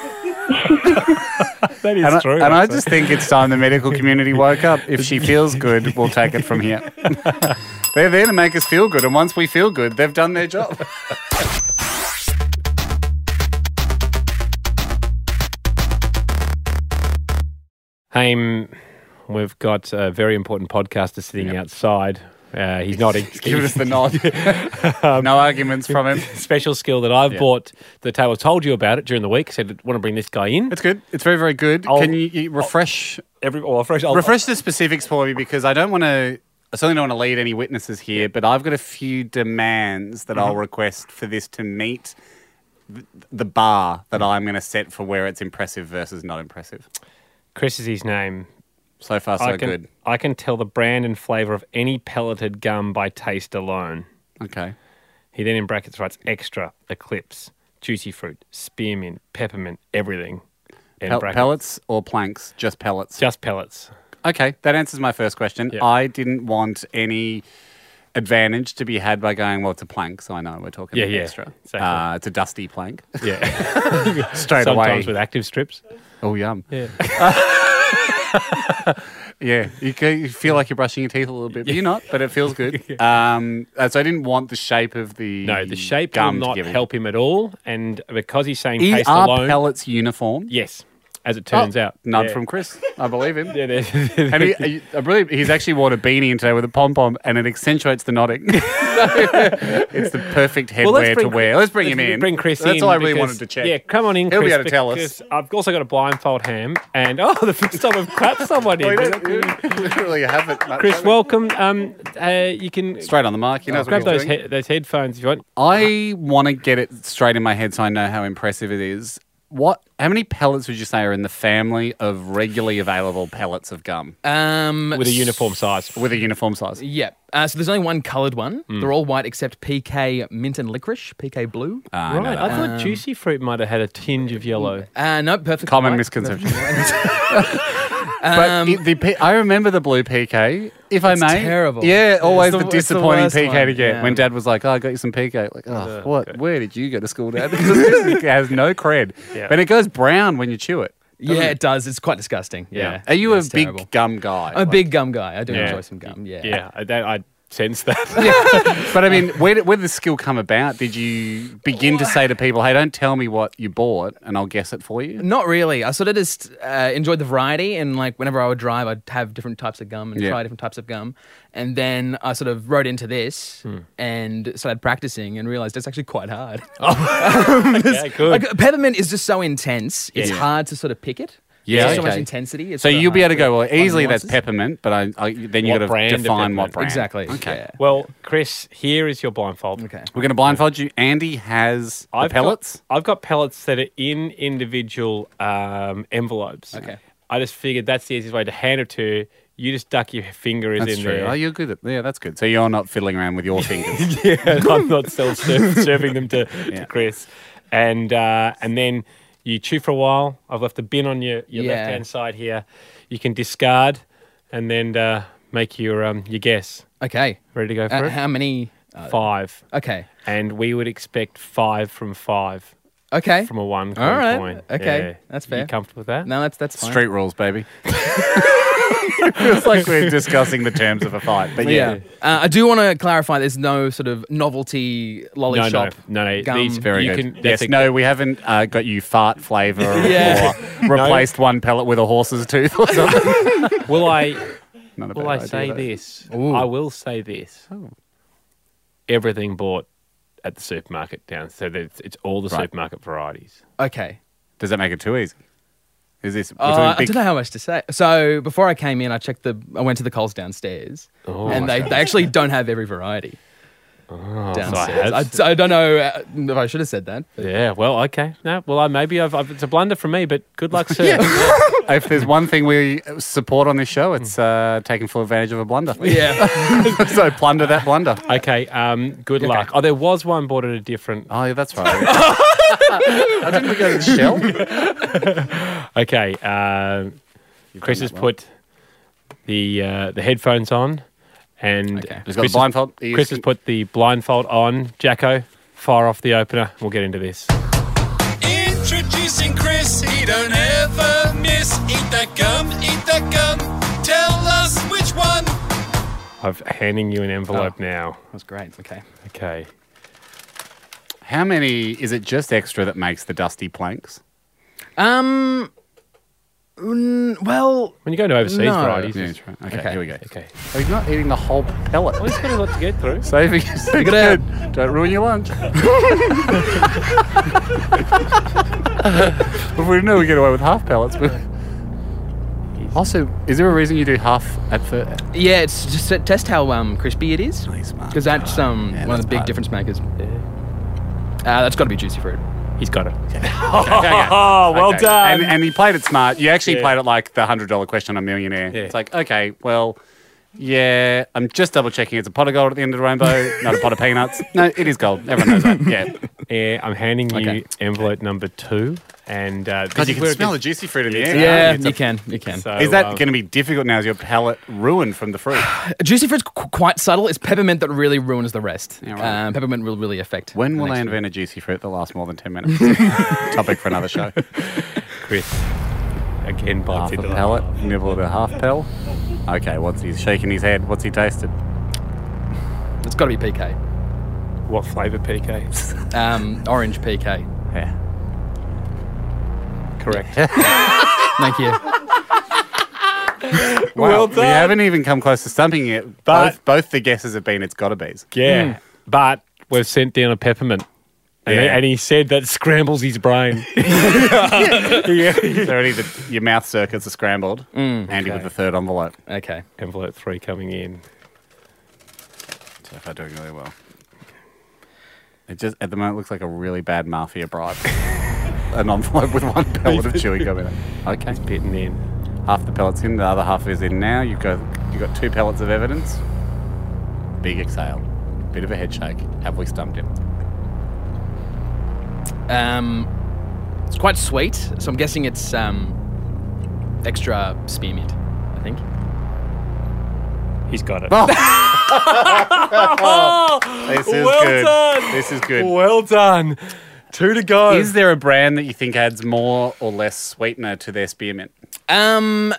Speaker 1: that is
Speaker 2: and
Speaker 1: true.
Speaker 2: I, and I
Speaker 1: actually.
Speaker 2: just think it's time the medical community woke up. If she feels good, we'll take it from here. They're there to make us feel good, and once we feel good, they've done their job.
Speaker 1: Hey, mm, we've got a very important podcaster sitting outside. Uh, he's nodding.
Speaker 2: He's giving us the nod. no arguments from him.
Speaker 1: Special skill that I've
Speaker 2: Yeah.
Speaker 1: brought to the table. Told you about it during the week. Said, want to bring this guy in.
Speaker 2: It's good. It's very, very good. Can you, you refresh
Speaker 1: every? Or refresh. I'll-
Speaker 2: refresh the specifics for me because I don't want to. I certainly don't want to lead any witnesses here, but I've got a few demands that I'll
Speaker 1: Mhm.
Speaker 2: request for this to meet th- the bar that
Speaker 1: Mm-hmm.
Speaker 2: I'm going to set for where it's impressive versus not impressive.
Speaker 1: Chris is his name.
Speaker 2: So far, so
Speaker 1: I can,
Speaker 2: good.
Speaker 1: I can tell the brand and flavour of any pelleted gum by taste alone.
Speaker 2: Okay.
Speaker 1: He then in brackets writes extra, eclipse, juicy fruit, spearmint, peppermint, everything. In
Speaker 2: Pel-
Speaker 1: brackets.
Speaker 2: pellets or planks? Just pellets.
Speaker 1: Just pellets.
Speaker 2: Okay, that answers my first question.
Speaker 1: Yeah.
Speaker 2: I didn't want any advantage to be had by going, well, it's a plank, so I know we're talking
Speaker 1: Yeah,
Speaker 2: about
Speaker 1: yeah,
Speaker 2: extra.
Speaker 1: exactly.
Speaker 2: Uh, it's a dusty plank.
Speaker 1: Yeah.
Speaker 2: Straight
Speaker 1: Sometimes
Speaker 2: away.
Speaker 1: with active strips.
Speaker 2: Oh, yum.
Speaker 1: Yeah.
Speaker 2: yeah, you, ca- you feel like you're brushing your teeth a little bit, but you're not, but it feels good. Um, uh, so I didn't want the shape of the
Speaker 1: No, the shape
Speaker 2: gum to
Speaker 1: will not
Speaker 2: give him.
Speaker 1: help him at all. And because he's saying
Speaker 2: E-
Speaker 1: taste
Speaker 2: are
Speaker 1: alone.
Speaker 2: pellets uniform?
Speaker 1: Yes, as it turns
Speaker 2: Oh,
Speaker 1: out.
Speaker 2: None
Speaker 1: Yeah.
Speaker 2: from Chris. I believe him.
Speaker 1: yeah,
Speaker 2: and he, he- I believe he's actually worn a beanie in today with a pom pom, and it accentuates the nodding. it's the perfect headwear
Speaker 1: Well, let's
Speaker 2: to
Speaker 1: bring-
Speaker 2: wear. Let's bring
Speaker 1: let's
Speaker 2: him in.
Speaker 1: Bring Chris
Speaker 2: That's
Speaker 1: in.
Speaker 2: all I really
Speaker 1: because-
Speaker 2: wanted to check.
Speaker 1: Yeah, come on in,
Speaker 2: He'll
Speaker 1: Chris.
Speaker 2: be able to tell us.
Speaker 1: because I've also got a blindfold ham. And oh, the first time I've clapped someone
Speaker 2: We
Speaker 1: in.
Speaker 2: don't- we literally have it.
Speaker 1: Chris, welcome. Um, uh, you can
Speaker 2: straight on the mark. He knows what
Speaker 1: grab
Speaker 2: he's
Speaker 1: those
Speaker 2: doing.
Speaker 1: he- those headphones if you want.
Speaker 2: I want to get it straight in my head so I know how impressive it is. What? How many pellets would you say are in the family of regularly available pellets of gum?
Speaker 15: Um,
Speaker 2: Uh,
Speaker 1: With a uniform size.
Speaker 2: With a uniform size.
Speaker 15: Yeah. Uh, so there's only one coloured one.
Speaker 2: Mm.
Speaker 15: They're all white except PK mint and licorice, PK blue.
Speaker 1: right, I thought
Speaker 2: Um,
Speaker 1: juicy fruit might have had a tinge of yellow.
Speaker 15: Uh, no, perfect.
Speaker 2: Common
Speaker 15: white.
Speaker 2: misconception. but it- the, P- I remember the blue PK, if I
Speaker 15: Um, It's
Speaker 2: may.
Speaker 15: terrible.
Speaker 2: Yeah,
Speaker 15: It's
Speaker 2: always
Speaker 15: the-
Speaker 2: the,
Speaker 15: it's the
Speaker 2: disappointing
Speaker 15: worst
Speaker 2: PK to
Speaker 15: one,
Speaker 2: get.
Speaker 15: yeah.
Speaker 2: When Dad was like, "Oh, I got you some PK," like, "Oh, what? Where did you go to school, Dad?" Because this has no cred.
Speaker 15: Yeah.
Speaker 2: But it goes brown when you chew it.
Speaker 15: Yeah,
Speaker 2: doesn't
Speaker 15: it does. It's quite disgusting. Yeah.
Speaker 2: Are you
Speaker 15: Yeah,
Speaker 2: a
Speaker 15: it's
Speaker 2: big
Speaker 15: terrible.
Speaker 2: gum guy?
Speaker 15: I'm a big gum guy. I do
Speaker 2: Yeah.
Speaker 15: enjoy some gum. Yeah.
Speaker 1: Yeah, I, that, I sense that.
Speaker 2: but I mean, where did, where did the skill come about? Did you begin to say to people, "Hey, don't tell me what you bought, and I'll guess it for you"?
Speaker 15: Not really. I sort of just uh, enjoyed the variety, and like whenever I would drive, I'd have different types of gum and
Speaker 2: Yeah.
Speaker 15: try different types of gum. And then I sort of wrote into this
Speaker 3: Hmm.
Speaker 15: and started practicing and realized it's actually quite hard.
Speaker 1: okay, good.
Speaker 15: Like, peppermint is just so intense; it's
Speaker 2: Yeah.
Speaker 15: hard to sort of pick it. There's so much
Speaker 2: okay.
Speaker 15: intensity. It's
Speaker 2: so
Speaker 15: sort of
Speaker 2: you'll be
Speaker 15: hard
Speaker 2: able to go well
Speaker 15: find
Speaker 2: easily. That's
Speaker 15: nuances.
Speaker 2: peppermint, but I, I, then you
Speaker 1: What
Speaker 2: got
Speaker 1: brand
Speaker 2: to
Speaker 1: of
Speaker 2: define what
Speaker 1: peppermint?
Speaker 2: brand
Speaker 15: Exactly,
Speaker 2: Okay,
Speaker 15: yeah.
Speaker 1: Well, Chris, here is your blindfold. Okay.
Speaker 2: we're going to blindfold you. Andy has the
Speaker 1: I've
Speaker 2: pellets.
Speaker 1: Got, I've got pellets that are in individual um, envelopes. Okay. I just figured that's the easiest way to hand it to you. You just duck your finger in
Speaker 2: that's true.
Speaker 1: there.
Speaker 2: Oh, you're good at yeah. That's good. So you're not fiddling around with your fingers.
Speaker 1: yeah, and I'm not self serving them to,
Speaker 2: Yeah.
Speaker 1: to Chris. And uh, and then you chew for a while. I've left a bin on your, your
Speaker 15: Yeah.
Speaker 1: left hand side here. You can discard and then uh, make your um, your guess.
Speaker 15: Okay.
Speaker 1: Ready to go for
Speaker 15: Uh,
Speaker 1: it?
Speaker 15: how many?
Speaker 1: five.
Speaker 15: Okay.
Speaker 1: And we would expect five from five.
Speaker 15: Okay.
Speaker 1: From a one coin
Speaker 15: Eh. All right.
Speaker 1: coin.
Speaker 15: Okay.
Speaker 1: Yeah.
Speaker 15: That's
Speaker 1: You
Speaker 15: fair.
Speaker 1: comfortable with that?
Speaker 15: No, that's that's fine.
Speaker 2: Street rules, baby. it feels like we're discussing the terms of a fight, but yeah.
Speaker 15: Uh, I do want to clarify. There's no sort of novelty lolly
Speaker 2: No, no,
Speaker 15: shop.
Speaker 1: no, no,
Speaker 15: Gum.
Speaker 1: these
Speaker 2: Very
Speaker 1: You
Speaker 2: good.
Speaker 1: can-
Speaker 2: yes,
Speaker 1: that's a-
Speaker 2: no, we haven't uh, got you fart flavour
Speaker 1: Yeah.
Speaker 2: or replaced one pellet with a horse's tooth or something.
Speaker 1: Will I?
Speaker 2: Not a
Speaker 1: will
Speaker 2: bad
Speaker 1: I
Speaker 2: idea,
Speaker 1: say
Speaker 2: though.
Speaker 1: this? I will say this.
Speaker 2: Oh.
Speaker 1: Everything bought at the supermarket down, so that it's, it's all the
Speaker 2: Right.
Speaker 1: supermarket varieties.
Speaker 15: Okay.
Speaker 2: Does that make it too easy? Is this? we're
Speaker 15: Uh,
Speaker 2: talking
Speaker 15: I
Speaker 2: big-
Speaker 15: don't know how much to say. So before I came in, I checked the. I went to the Coles downstairs,
Speaker 2: Oh.
Speaker 15: and they, they actually don't have every variety downstairs. I,
Speaker 1: that's-
Speaker 15: I don't know uh, if I should have said that.
Speaker 1: Yeah. Well, okay. No. Well, I maybe I've, I've, it's a blunder from me, but good luck, sir.
Speaker 2: if there's one thing we support on this show, it's uh, taking full advantage of a blunder.
Speaker 1: Yeah.
Speaker 2: so plunder that blunder.
Speaker 1: Okay. Um. Good luck. Oh, there was one bought at a different.
Speaker 2: Oh, yeah, that's right. I didn't think I shell.
Speaker 1: okay. Um, Chris has put the uh, the headphones on, and
Speaker 2: He's got the blindfold. He's-
Speaker 1: Chris has put the blindfold on. Jacko, fire off the opener. We'll get into this.
Speaker 7: Introducing Chris, he don't ever miss. Eat that gum, eat that gum. Tell us which one.
Speaker 1: I'm handing you an envelope
Speaker 2: Oh.
Speaker 1: now.
Speaker 15: That's great. Okay.
Speaker 1: Okay.
Speaker 2: How many is it just extra that makes the dusty planks?
Speaker 15: Um. mm, Well,
Speaker 1: When you go to overseas
Speaker 15: No.
Speaker 1: varieties,
Speaker 2: Yeah,
Speaker 1: it's-
Speaker 2: that's right. Okay, here we go.
Speaker 1: Okay.
Speaker 2: Oh, he's not eating the whole pellet. Well,
Speaker 1: he's got a lot to get through.
Speaker 2: Saving so
Speaker 1: Look
Speaker 2: good.
Speaker 1: at
Speaker 2: Don't ruin your lunch. if we knew we get away with half pellets, but also, is there a reason you do half at first?
Speaker 15: yeah, it's just to test how um, crispy it is. Because that's um, one of the big difference makers. Uh, that's got to be juicy fruit.
Speaker 1: He's got it.
Speaker 2: Oh,
Speaker 15: well done.
Speaker 2: And, and he played it smart. You actually
Speaker 15: Yeah.
Speaker 2: played it like the hundred dollar question on Millionaire. It's like, okay, well, yeah, I'm just double checking. It's a pot of gold at the end of the rainbow, not a pot of peanuts. No, it is gold. Everyone knows that. Yeah.
Speaker 1: Yeah, I'm handing you
Speaker 2: Okay.
Speaker 1: envelope number two, and uh,
Speaker 2: God, you can smell the
Speaker 1: the
Speaker 2: juicy fruit in the
Speaker 1: Yeah,
Speaker 2: air.
Speaker 1: yeah,
Speaker 2: It's
Speaker 1: you
Speaker 2: a-
Speaker 15: can, you can.
Speaker 1: So,
Speaker 2: is that
Speaker 1: um,
Speaker 2: going to be difficult now? Is your palate ruined from the fruit?
Speaker 15: Juicy fruit's qu- quite subtle. It's peppermint that really ruins the rest.
Speaker 2: right.
Speaker 15: um, peppermint will really affect.
Speaker 2: When
Speaker 15: the
Speaker 2: will
Speaker 15: next
Speaker 2: they
Speaker 15: one.
Speaker 2: invent a juicy fruit that lasts more than ten minutes? Topic for another show.
Speaker 1: Chris again bites
Speaker 2: Half a
Speaker 1: into
Speaker 2: pellet, nibble at a half pell. Okay, what's he shaking his head? What's he tasted?
Speaker 15: It's got to be PK.
Speaker 1: What flavour PK?
Speaker 15: Um, orange PK.
Speaker 2: Yeah.
Speaker 1: Correct.
Speaker 15: Thank you.
Speaker 2: Wow,
Speaker 1: Well
Speaker 2: We
Speaker 1: done.
Speaker 2: haven't even come close to stumping it.
Speaker 1: But-
Speaker 2: both, both the guesses have been it's gotta be's.
Speaker 1: Yeah, but we've sent down a peppermint. And,
Speaker 2: Yeah.
Speaker 1: and he said that scrambles his brain.
Speaker 2: so already the, your mouth circuits are scrambled. Andy with the third envelope.
Speaker 15: Mm, Okay.
Speaker 1: Envelope three coming in.
Speaker 2: So far doing really well. It just at the moment looks like a really bad mafia bribe. An envelope with one pellet of chewing gum in it. Okay. It's
Speaker 1: bitten in.
Speaker 2: Half the pellet's in, the other half is in now. You've got you've got two pellets of evidence. Big exhale. Bit of a head shake. Have we stumped him?
Speaker 15: Um, it's quite sweet, so I'm guessing it's um, extra spearmint. I think.
Speaker 1: He's got it.
Speaker 2: This is
Speaker 1: well
Speaker 2: good.
Speaker 1: done.
Speaker 2: This is good.
Speaker 1: Well done. Two to go.
Speaker 15: Oh.
Speaker 2: Is there a brand that you think adds more or less sweetener to their spearmint?
Speaker 15: Um,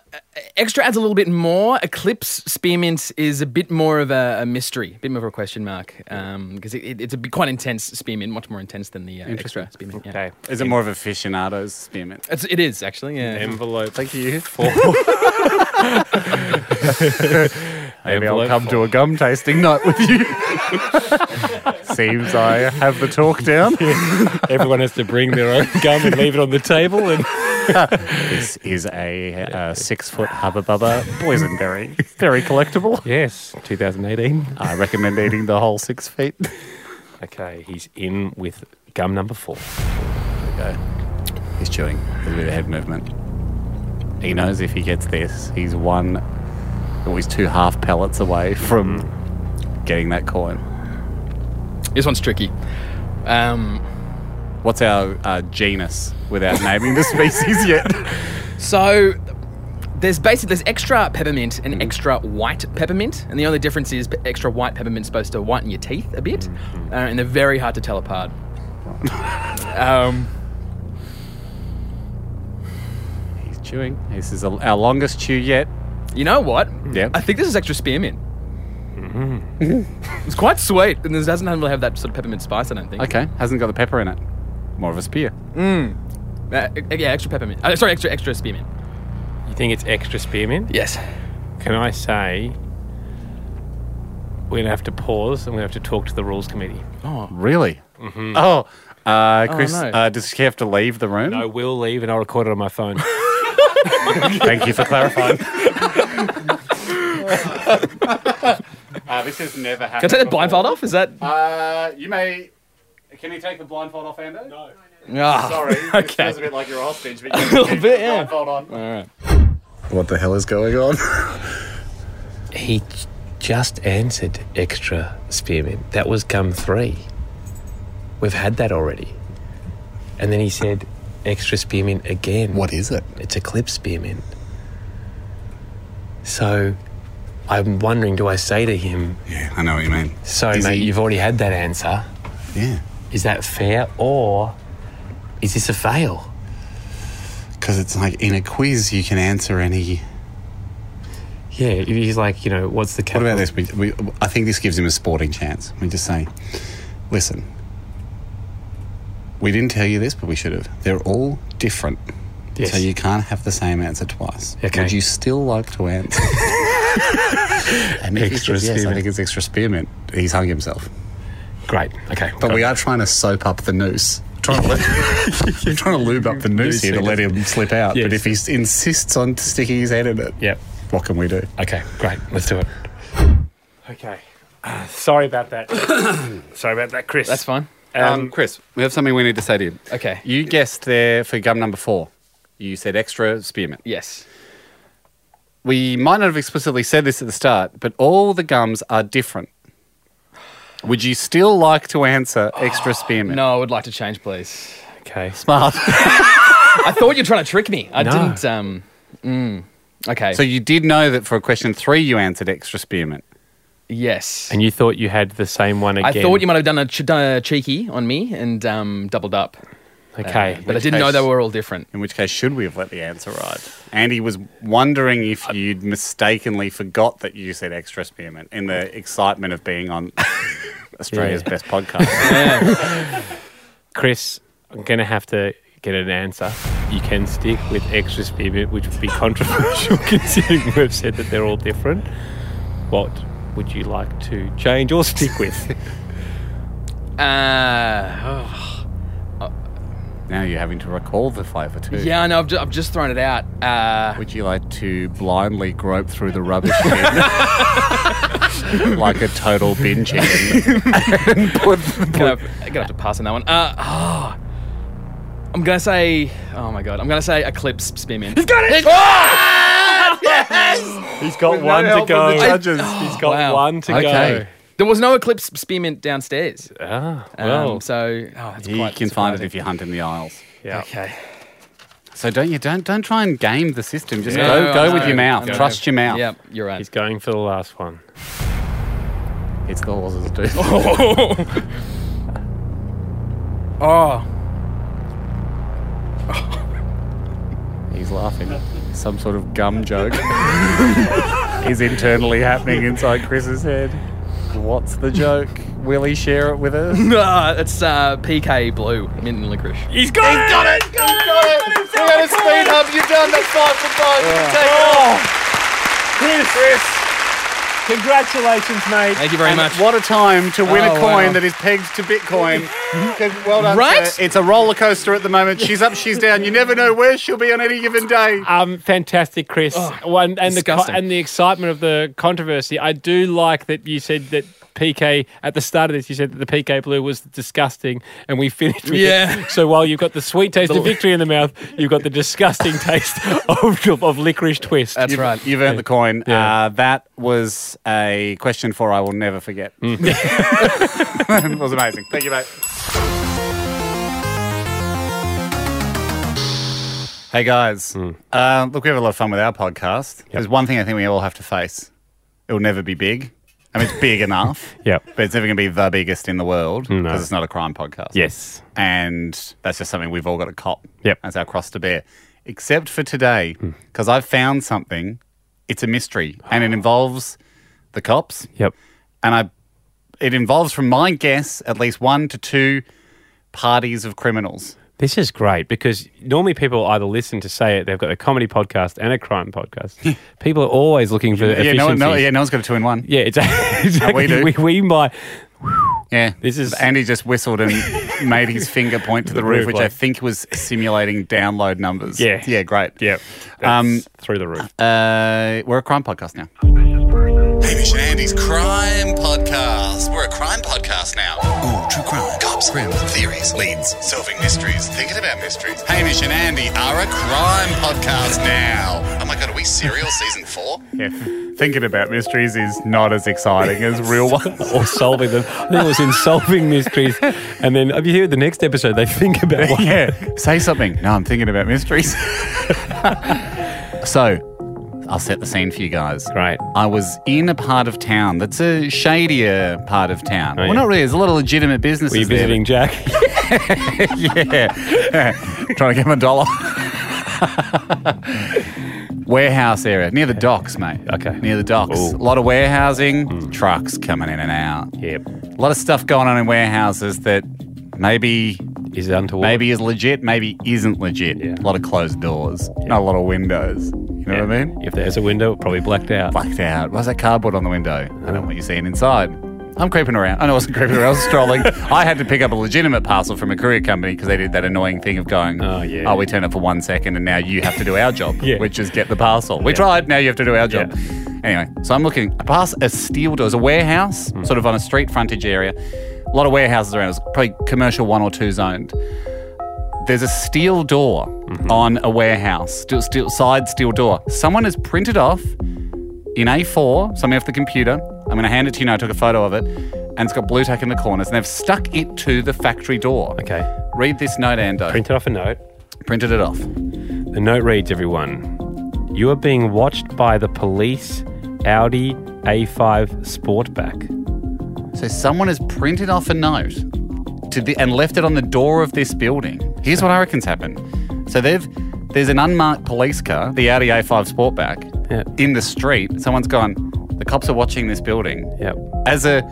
Speaker 15: extra adds a little bit more. Eclipse spearmint is a bit more of a, a mystery, a bit more of a question mark, because it, it, it's a bit, quite intense spearmint, much more intense than the uh,
Speaker 2: Interesting.
Speaker 15: extra spearmint. Yeah.
Speaker 1: Okay.
Speaker 2: Is it more of aficionados spearmint?
Speaker 15: It's, it is actually. Yeah.
Speaker 1: Envelope.
Speaker 2: Thank you.
Speaker 1: Four.
Speaker 2: Maybe I'll
Speaker 1: Envelope
Speaker 2: come to a gum tasting night with you. Seems I have the talk down.
Speaker 1: Everyone has to bring their own gum and leave it on the table. And
Speaker 2: this is a uh, six foot hubba bubba boysenberry. Very collectible.
Speaker 1: yes, 2018.
Speaker 2: I recommend eating the whole six feet.
Speaker 1: Okay, he's in with gum number four.
Speaker 2: He's chewing. There's a bit of head movement. He knows if he gets this, he's one, or he's two half pellets away from getting that coin.
Speaker 15: This one's tricky. Um,
Speaker 2: What's our uh, genus without naming the species yet?
Speaker 15: so there's basically there's extra peppermint
Speaker 2: Mm-hmm.
Speaker 15: and extra white peppermint, and the only difference is pe- extra white peppermint's supposed to whiten your teeth a bit,
Speaker 2: Mm-hmm.
Speaker 15: uh, and they're very hard to tell apart. um,
Speaker 2: He's chewing. This is a, our longest chew yet.
Speaker 15: you know what?
Speaker 2: Yep. Mm-hmm.
Speaker 15: I think this is extra spearmint. It's quite sweet, and it doesn't really have that sort of peppermint spice. I don't think.
Speaker 2: Okay. Hasn't got the pepper in it. More of a spear.
Speaker 15: Mm. Uh, yeah, extra peppermint. Uh, sorry, extra extra spearmint.
Speaker 1: You think it's extra spearmint?
Speaker 15: Yes.
Speaker 1: Can I say we're going to have to pause and we're going to have to talk to the rules committee?
Speaker 15: Oh.
Speaker 2: Really?
Speaker 1: Mm-hmm.
Speaker 2: Oh, uh,
Speaker 1: Oh,
Speaker 2: Chris,
Speaker 1: no.
Speaker 2: uh, does he have to leave the room?
Speaker 1: No, we'll leave and I'll record it on my phone.
Speaker 2: Thank you for clarifying. uh, this has never
Speaker 15: Can I
Speaker 2: happened.
Speaker 15: take the blindfold off? Is that.
Speaker 2: Uh, you may. Can you take the blindfold off, Ando? No.
Speaker 15: Ah,
Speaker 2: Sorry. It
Speaker 15: okay.
Speaker 2: feels a bit like you're a hostage, but you
Speaker 15: A little
Speaker 2: can keep
Speaker 15: bit,
Speaker 2: the
Speaker 15: yeah.
Speaker 2: blindfold on.
Speaker 13: What the hell is going on?
Speaker 16: He j- just answered extra spearmint. That was gum three. We've had that already. And then he said extra spearmint again. What is it? It's a clip spearmint. So I'm wondering do I say to him. Yeah, I know what you mean. Sorry, mate, you've already had that answer. Yeah. Is that fair or is this a fail?
Speaker 17: Because it's like in a quiz, you can answer any.
Speaker 16: Yeah, he's like, you know, what's the
Speaker 17: What about this? We, we, I think this gives him a sporting chance. We just say, listen, we didn't tell you this, but we should have. They're all different.
Speaker 16: Yes.
Speaker 17: So you can't have the same answer twice.
Speaker 16: Okay.
Speaker 17: Would you still like to answer? and if he
Speaker 16: Extra
Speaker 17: says yes, I
Speaker 16: spearmint.
Speaker 17: think it's extra spearmint. He's hung himself.
Speaker 16: Great. Okay.
Speaker 17: But we are trying to soap up the noose. Trying to, li- trying to lube up the noose here to let him slip out. But if he s- insists on sticking his head in it,
Speaker 16: yep.
Speaker 17: what can we do?
Speaker 16: Okay, great. Let's do it.
Speaker 1: Okay. Uh, sorry about that. sorry about that, Chris.
Speaker 2: That's
Speaker 15: fine.
Speaker 2: Um, Chris, we have something we need to say to you.
Speaker 15: Okay.
Speaker 2: You guessed there for gum number four. You said extra spearmint.
Speaker 15: Yes.
Speaker 2: We might not have explicitly said this at the start, but all the gums are different. Would you still like to answer extra spearmint?
Speaker 15: No, I would like to change, please.
Speaker 16: Okay.
Speaker 2: Smart.
Speaker 15: I thought you were trying to trick me. I
Speaker 2: No.
Speaker 15: didn't. Um, mm, okay.
Speaker 2: So you did know that for question three, you answered extra spearmint.
Speaker 15: Yes.
Speaker 1: And you thought you had the same one
Speaker 15: I
Speaker 1: again.
Speaker 15: thought you might have done a, ch- done a cheeky on me and um, doubled up.
Speaker 2: Okay.
Speaker 15: Uh, but I didn't know they were all different.
Speaker 2: In which case, should we have let the answer ride? Andy was wondering if you'd mistakenly forgot that you said extra spearmint in the excitement of being on Australia's
Speaker 1: Yeah.
Speaker 2: best podcast.
Speaker 1: Chris, I'm going to have to get an answer. You can stick with extra spearmint, which would be controversial considering we've said that they're all different. What would you like to change or stick with?
Speaker 15: Uh,
Speaker 2: Now you're having to recall the flavour too.
Speaker 15: yeah, I know. I've, ju- I've just thrown it out. Uh,
Speaker 2: Would you like to blindly grope through the rubbish bin like a total bin chicken?
Speaker 15: I'm gonna, I'm gonna have to pass on that one. Uh, oh, I'm gonna say. Oh my god. I'm gonna say Eclipse Spearmint. He's got it.
Speaker 1: He's got one to go. He's got one to go.
Speaker 15: There was no Eclipse Spearmint downstairs.
Speaker 1: Ah,
Speaker 2: well.
Speaker 15: so oh, that's
Speaker 2: you
Speaker 15: quite
Speaker 2: can find it
Speaker 15: surprising.
Speaker 2: if you hunt in the aisles.
Speaker 1: Yeah.
Speaker 15: Okay.
Speaker 2: So don't you don't don't try and game the system. Just
Speaker 1: Yeah,
Speaker 2: go
Speaker 1: I
Speaker 2: go
Speaker 1: know,
Speaker 2: with your
Speaker 1: I
Speaker 2: mouth.
Speaker 1: know.
Speaker 2: Trust your mouth.
Speaker 15: Yep, you're right.
Speaker 1: He's going for the last one.
Speaker 2: It's the horses, dude.
Speaker 15: Oh.
Speaker 2: He's laughing. Some sort of gum joke is internally happening inside Chris's head. What's the joke? Will he share it with us?
Speaker 15: No, it's uh, PK Blue Mint and Licorice.
Speaker 2: He's got
Speaker 7: He's got it! Got it! Got it! We're
Speaker 2: gonna speed up. You've done the five for five.
Speaker 7: Yeah.
Speaker 2: Take it
Speaker 1: Oh!
Speaker 7: off.
Speaker 2: Chris,
Speaker 1: congratulations, mate.
Speaker 15: Thank you very
Speaker 2: And
Speaker 15: much.
Speaker 2: What a time to win
Speaker 15: Oh,
Speaker 2: a coin
Speaker 15: wow.
Speaker 2: that is pegged to Bitcoin. Con- well done,
Speaker 15: Right?
Speaker 2: sir. It's a roller coaster at the moment. She's up, she's down. You never know where she'll be on any given day.
Speaker 1: Um, fantastic, Chris. One and the co-
Speaker 2: disgusting.
Speaker 1: and the excitement of the controversy. I do like that you said that PK at the start of this. You said that the PK blue was disgusting, and we finished. With it.
Speaker 15: Yeah.
Speaker 1: So while you've got the sweet taste
Speaker 15: The-
Speaker 1: of victory in the mouth, you've got the disgusting taste of, of licorice twist. That's
Speaker 2: you've, You've earned the coin. Uh, that was a question for I will never forget.
Speaker 1: Mm.
Speaker 2: it was amazing. Thank you, mate. Hey guys,
Speaker 1: Mm.
Speaker 2: uh, look, we have a lot of fun with our podcast. There's one thing I think we all have to face. It will never be big. I mean, it's big enough.
Speaker 1: Yep.
Speaker 2: But it's never going to be the biggest in the world because
Speaker 1: No.
Speaker 2: it's not a crime podcast.
Speaker 1: Yes.
Speaker 2: And that's just something we've all got to cop.
Speaker 1: Yep.
Speaker 2: That's our cross to bear. Except for today, because I've found something. It's a mystery and it involves the cops.
Speaker 1: Yep.
Speaker 2: And I, it involves, from my guess, at least one to two parties of criminals.
Speaker 1: This is great because normally people either listen to say it. They've got a comedy podcast and a crime podcast. people are always looking for
Speaker 2: yeah, no, one- no,
Speaker 1: efficiencies.
Speaker 2: yeah, no one's got a two in one.
Speaker 1: Yeah, exactly.
Speaker 2: we do.
Speaker 1: We, we might.
Speaker 2: Yeah,
Speaker 1: this is
Speaker 2: Andy just whistled and made his finger point to the,
Speaker 17: The
Speaker 2: roof,
Speaker 17: roof,
Speaker 2: which I
Speaker 17: like-
Speaker 2: think was simulating download numbers. Yeah. Yeah, great.
Speaker 1: Yeah.
Speaker 2: Um,
Speaker 1: through the roof.
Speaker 2: Uh, we're a crime podcast now.
Speaker 3: Hamish and Andy's Crime Podcast. We're a crime podcast now. Ooh, true crime. Cops, crims, theories, leads, solving mysteries, thinking about mysteries. Hamish and Andy are a crime podcast now. Oh my god, are we serial season four?
Speaker 2: Yeah. Thinking about mysteries is not as exciting as real ones.
Speaker 1: or solving them. I think it was in solving mysteries. And then have you heard the next episode? They think about what
Speaker 2: yeah. Say something. No, I'm thinking about mysteries. so, I'll set the scene for you guys. Right. I was in a part of town that's a shadier part of town.
Speaker 1: Oh,
Speaker 2: well,
Speaker 1: yeah.
Speaker 2: not really. There's a lot of legitimate businesses.
Speaker 1: were you
Speaker 2: there,
Speaker 1: visiting Jack?
Speaker 2: but- yeah. Trying to get my dollar. Warehouse area near the docks, mate. Okay. Near the docks. A lot of warehousing,
Speaker 1: Hmm.
Speaker 2: trucks coming in and out. Yep. A lot of stuff going on in warehouses that maybe
Speaker 1: is untoward.
Speaker 2: Maybe is legit, maybe isn't legit. A lot of closed doors, not a lot of windows. You know what I mean?
Speaker 1: If there's a window, it probably blacked out.
Speaker 2: Blacked out. Why's that cardboard on the window? I don't want you seeing inside. I'm creeping around. I know I wasn't creeping around. I was strolling. I had to pick up a legitimate parcel from a courier company because they did that annoying thing of going, oh, yeah. we turn up for one second and now you have to do our job, which is get the parcel. We
Speaker 17: Yeah.
Speaker 2: tried, now you have to do our job. Anyway, so I'm looking. I pass a steel door. It's a warehouse, sort of on a street frontage area. A lot of warehouses around. It's probably commercial one or two zoned. There's a steel door on a warehouse, steel, steel, side steel door. Someone has printed off in A4, something off the computer. I'm going to hand it to you now. I took a photo of it. And it's got blue tack in the corners. And they've stuck it to the factory door. Okay. Read this note, Ando.
Speaker 1: Printed off a note.
Speaker 2: Printed it off.
Speaker 1: The note reads, everyone, you are being watched by the police Audi A5 Sportback.
Speaker 2: So someone has printed off a note to the, and left it on the door of this building. Here's what I reckon's happened. So they've there's an unmarked police car, the Audi A5 Sportback, in the street. Someone's gone. The cops are watching this building.
Speaker 1: Yep.
Speaker 2: As a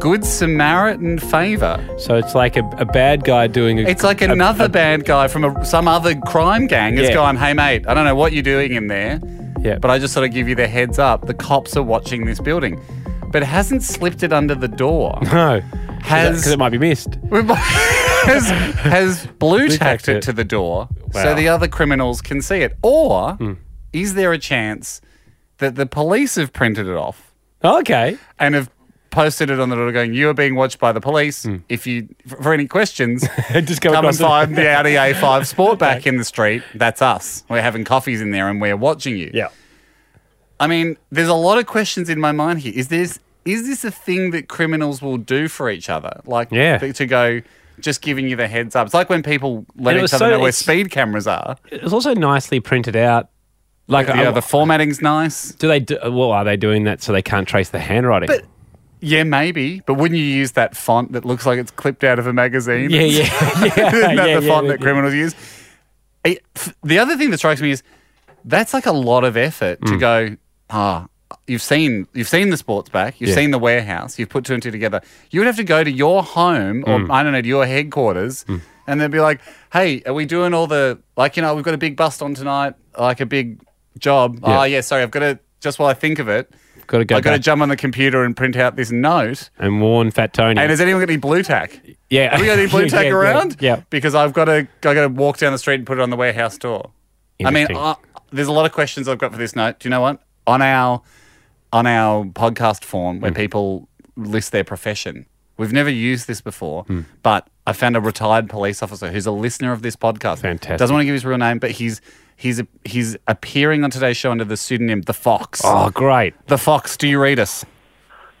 Speaker 2: good Samaritan favor.
Speaker 1: So it's like a, a bad guy doing a.
Speaker 2: It's like another bad guy from a, some other crime gang has
Speaker 1: Yeah.
Speaker 2: gone, hey, mate, I don't know what you're doing in there,
Speaker 1: Yeah.
Speaker 2: but I just sort of give you the heads up. The cops are watching this building, but hasn't slipped it under the door.
Speaker 1: No.
Speaker 2: Has-
Speaker 1: Because it might be missed.
Speaker 2: has, has blue tacked it to the door so
Speaker 1: Wow. Hmm.
Speaker 2: the other criminals can see it? Or is there a chance that the police have printed it off?
Speaker 1: Oh, Okay.
Speaker 2: And have posted it on the door going, You are being watched by the police. If you, for for any questions,
Speaker 1: Just Hmm. go
Speaker 2: come and
Speaker 1: across the-
Speaker 2: find the Audi A5 Sportback in the street. That's us. We're having coffees in there and we're watching you.
Speaker 1: Yeah.
Speaker 2: I mean, there's a lot of questions in my mind here. Is this is this a thing that criminals will do for each other? Like,
Speaker 1: Yeah.
Speaker 2: th- to go just giving you the heads up. It's like when people let
Speaker 1: And it
Speaker 2: each
Speaker 1: was
Speaker 2: other
Speaker 1: so-
Speaker 2: know where
Speaker 1: it's-
Speaker 2: speed cameras are.
Speaker 1: It's also nicely printed out. Like uh,
Speaker 2: Yeah, the formatting's nice.
Speaker 1: Do they? Do, well, are they doing that so they can't trace the handwriting?
Speaker 2: But- Yeah, maybe. But wouldn't you use that font that looks like it's clipped out of a magazine?
Speaker 1: Yeah, yeah. Yeah,
Speaker 2: Isn't that
Speaker 1: yeah,
Speaker 2: the
Speaker 1: yeah,
Speaker 2: font
Speaker 1: yeah.
Speaker 2: that criminals use? It- f- the other thing that strikes me is that's like a lot of effort
Speaker 1: Mm.
Speaker 2: to go, ah, you've seen you've seen the sports back, you've
Speaker 17: Yeah.
Speaker 2: seen the warehouse, you've put two and two together. You would have to go to your home or
Speaker 17: Mm.
Speaker 2: I don't know, to your headquarters
Speaker 1: Mm.
Speaker 2: and they'd be like, Hey, are we doing all the like, you know, we've got a big bust on tonight, like a big job.
Speaker 1: Yeah.
Speaker 2: Oh yeah, sorry, I've got to just while I think of it.
Speaker 1: Got to go.
Speaker 2: I've got to
Speaker 1: back
Speaker 2: jump on the computer and print out this note.
Speaker 1: and warn Fat Tony.
Speaker 2: And has anyone got any blue tack?
Speaker 1: Yeah.
Speaker 2: Have we got any blue
Speaker 1: Yeah,
Speaker 2: tack
Speaker 1: yeah, yeah,
Speaker 2: around?
Speaker 1: yeah.
Speaker 2: Because I've got to I got to walk down the street and put it on the warehouse door. I mean,
Speaker 1: Interesting.
Speaker 2: I, there's a lot of questions I've got for this note. Do you know what? On our on our podcast form
Speaker 1: Hmm.
Speaker 2: where people list their profession. We've never used this before,
Speaker 1: Hmm.
Speaker 2: but I found a retired police officer who's a listener of this podcast. Fantastic. Doesn't want to give his real name, but he's he's he's appearing on today's show under the pseudonym The Fox.
Speaker 1: Oh, great.
Speaker 2: The Fox, do you read us?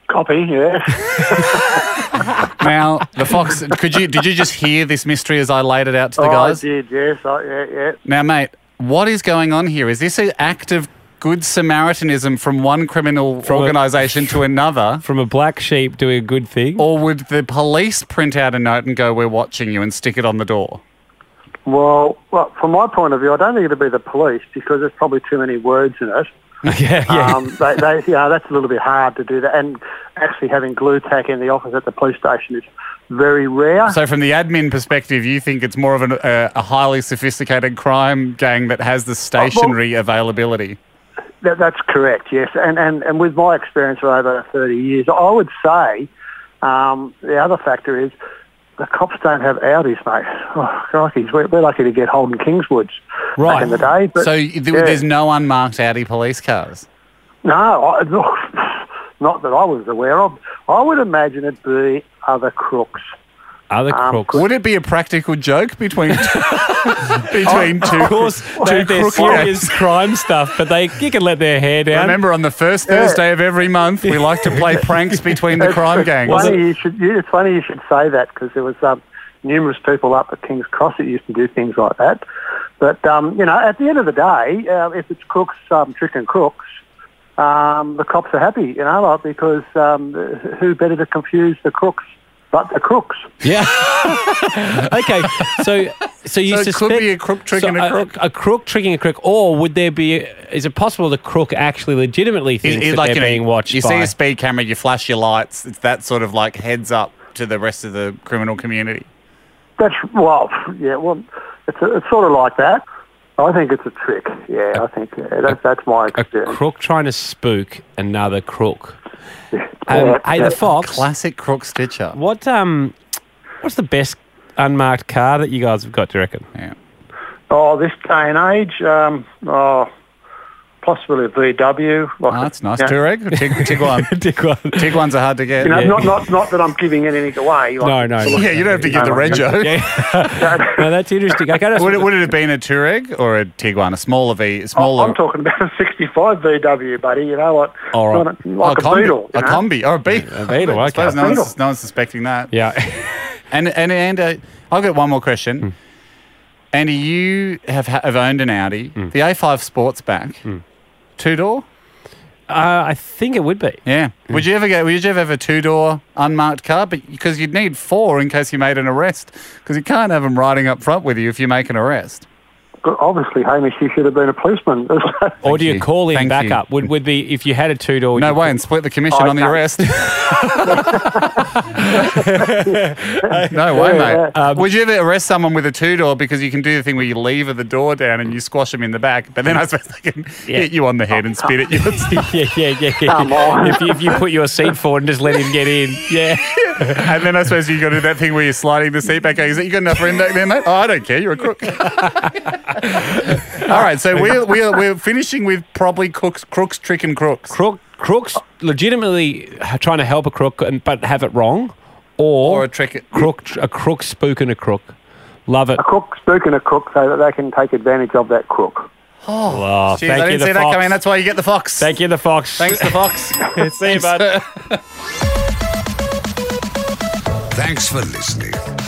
Speaker 10: Copy, yeah.
Speaker 2: Now, the fox, could you did you just hear this mystery as I laid it out to the
Speaker 10: oh,
Speaker 2: guys?
Speaker 10: I did, yes. I, yeah, yeah.
Speaker 2: Now, mate, what is going on here? Is this an act of good Samaritanism from one criminal
Speaker 1: From a-
Speaker 2: organization to another?
Speaker 1: From a black sheep doing a good thing?
Speaker 2: Or would the police print out a note and go, "We're watching you," and stick it on the door?
Speaker 10: Well, well, from my point of view, I don't think it'd be the police because there's probably too many words in it.
Speaker 1: yeah,
Speaker 10: yeah. Um, they, they, yeah, that's a little bit hard to do that. And actually having glue tack in the office at the police station is very rare.
Speaker 2: So, from the admin perspective, you think it's more of an, uh, a highly sophisticated crime gang that has the stationary availability.
Speaker 10: That, that's correct, yes. And, and, and with my experience for over 30 years, I would say um, the other factor is the cops don't have Audis, mate. Oh, crikey. We're, we're lucky to get Holden Kingswoods
Speaker 2: Right.
Speaker 10: back in the day. But,
Speaker 2: so y- th-
Speaker 10: yeah.
Speaker 2: there's no unmarked Audi police cars.
Speaker 10: No, I, look, not that I was aware of. I would imagine it'd be other crooks.
Speaker 1: Other
Speaker 2: crooks. Would it be a practical joke between between
Speaker 1: Oh,
Speaker 2: two?
Speaker 1: Of course,
Speaker 2: two
Speaker 1: they, they're
Speaker 2: crook
Speaker 1: serious crime stuff, but they you can let their hair down.
Speaker 2: Remember, on the first Thursday of every month, we like to play pranks between the
Speaker 10: It's-
Speaker 2: crime
Speaker 10: it's
Speaker 2: gangs.
Speaker 10: Funny you should, you, it's funny you should say that because there was um, numerous people up at King's Cross that used to do things like that. But, um, you know, at the end of the day, uh, if it's crooks, um, trick and crooks, um, the cops are happy, you know, like, because um, who better to confuse the crooks but the crooks?
Speaker 1: Yeah. okay. So, so you
Speaker 17: So it could
Speaker 1: suspect
Speaker 17: be a crook tricking a crook?
Speaker 1: a crook tricking a crook, or would there be? Is it possible the crook actually legitimately
Speaker 2: It-
Speaker 1: thinks
Speaker 2: it-
Speaker 1: that
Speaker 2: like,
Speaker 1: they're
Speaker 2: you know,
Speaker 1: being watched
Speaker 2: You
Speaker 1: by?
Speaker 2: see a speed camera, you flash your lights. It's that sort of like heads up to the rest of the criminal community.
Speaker 10: That's, well, yeah, well, it's, a, it's sort of like that. I think it's a trick. Yeah, I think yeah, that's, that's my experience.
Speaker 1: crook trying to spook another crook.
Speaker 10: Yeah,
Speaker 1: Um, hey,
Speaker 10: yeah.
Speaker 1: the fox.
Speaker 2: Classic crook stitcher.
Speaker 1: What um, what's the best unmarked car that you guys have got? Do you reckon?
Speaker 2: Yeah.
Speaker 10: Oh, this day and age, um, oh, possibly a VW. Like
Speaker 2: Oh, that's
Speaker 10: a-
Speaker 2: nice.
Speaker 10: yeah.
Speaker 2: Touareg, Tig, Tiguan.
Speaker 1: Tiguan.
Speaker 2: Tiguan's are hard to get.
Speaker 10: You know, not, not, not that I'm giving anything away.
Speaker 2: No, no, no. Yeah, you don't have to give the rego.
Speaker 1: Yeah. no, that's interesting. Okay, that's-
Speaker 2: would, it, would it have been a Touareg or a Tiguan? A smaller V, a smaller.
Speaker 10: Oh, I'm talking about a 65 VW, buddy. You know what?
Speaker 2: All right.
Speaker 10: Not a- Like
Speaker 2: Oh,
Speaker 10: a, Beetle. you
Speaker 2: A
Speaker 10: know?
Speaker 2: combi. Or a beetle. A
Speaker 1: beetle,
Speaker 2: I
Speaker 1: okay.
Speaker 2: suppose no,
Speaker 1: Beetle.
Speaker 2: one's, no one's suspecting that.
Speaker 1: Yeah.
Speaker 2: and and, and uh, I've got one more question.
Speaker 1: Hmm.
Speaker 2: Andy, you have, ha- have owned an Audi,
Speaker 1: Hmm.
Speaker 2: the A5 Sportsback, two door?
Speaker 1: Uh, I think it would be.
Speaker 2: Yeah.
Speaker 1: Hmm.
Speaker 2: Would you ever go? Would you ever have a two door unmarked car? But because you'd need four in case you made an arrest, because you can't have them riding up front with you if you make an arrest.
Speaker 10: But Obviously, Hamish, you should have been a policeman.
Speaker 2: Oh.
Speaker 1: or do you, call in backup? Would would be if you had a two door?
Speaker 2: No way, and split the commission
Speaker 1: Oh,
Speaker 2: on the
Speaker 1: no.
Speaker 2: arrest. no way, mate.
Speaker 1: Um,
Speaker 2: Would you ever arrest someone with a two door because you can do the thing where you lever the door down and you squash them in the back, but then I suppose they can hit you on the head and spit at you.
Speaker 1: yeah, yeah, yeah. Come on. If you- if you put your seat forward and just let him get in, yeah.
Speaker 2: and then I suppose you got to do that thing where you're sliding the seat back. Is it you got enough room back there, mate? Oh, I don't care. You're a crook. All right, so we're we're, we're finishing with probably crooks, crooks, trick and crooks.
Speaker 1: Crook, crooks legitimately h- trying to help a crook and, but have it wrong, or,
Speaker 2: a trick
Speaker 1: crook a crook spooking a crook. Love it.
Speaker 10: A crook spooking a crook so that they can take advantage of that crook.
Speaker 1: Oh,
Speaker 2: Jeez, I
Speaker 1: thank
Speaker 2: didn't
Speaker 1: you, the
Speaker 2: see that
Speaker 1: fox.
Speaker 2: coming. That's why you get the fox.
Speaker 1: Thank you, the fox.
Speaker 2: Thanks, the fox.
Speaker 1: See you, bud.
Speaker 18: Thanks for listening.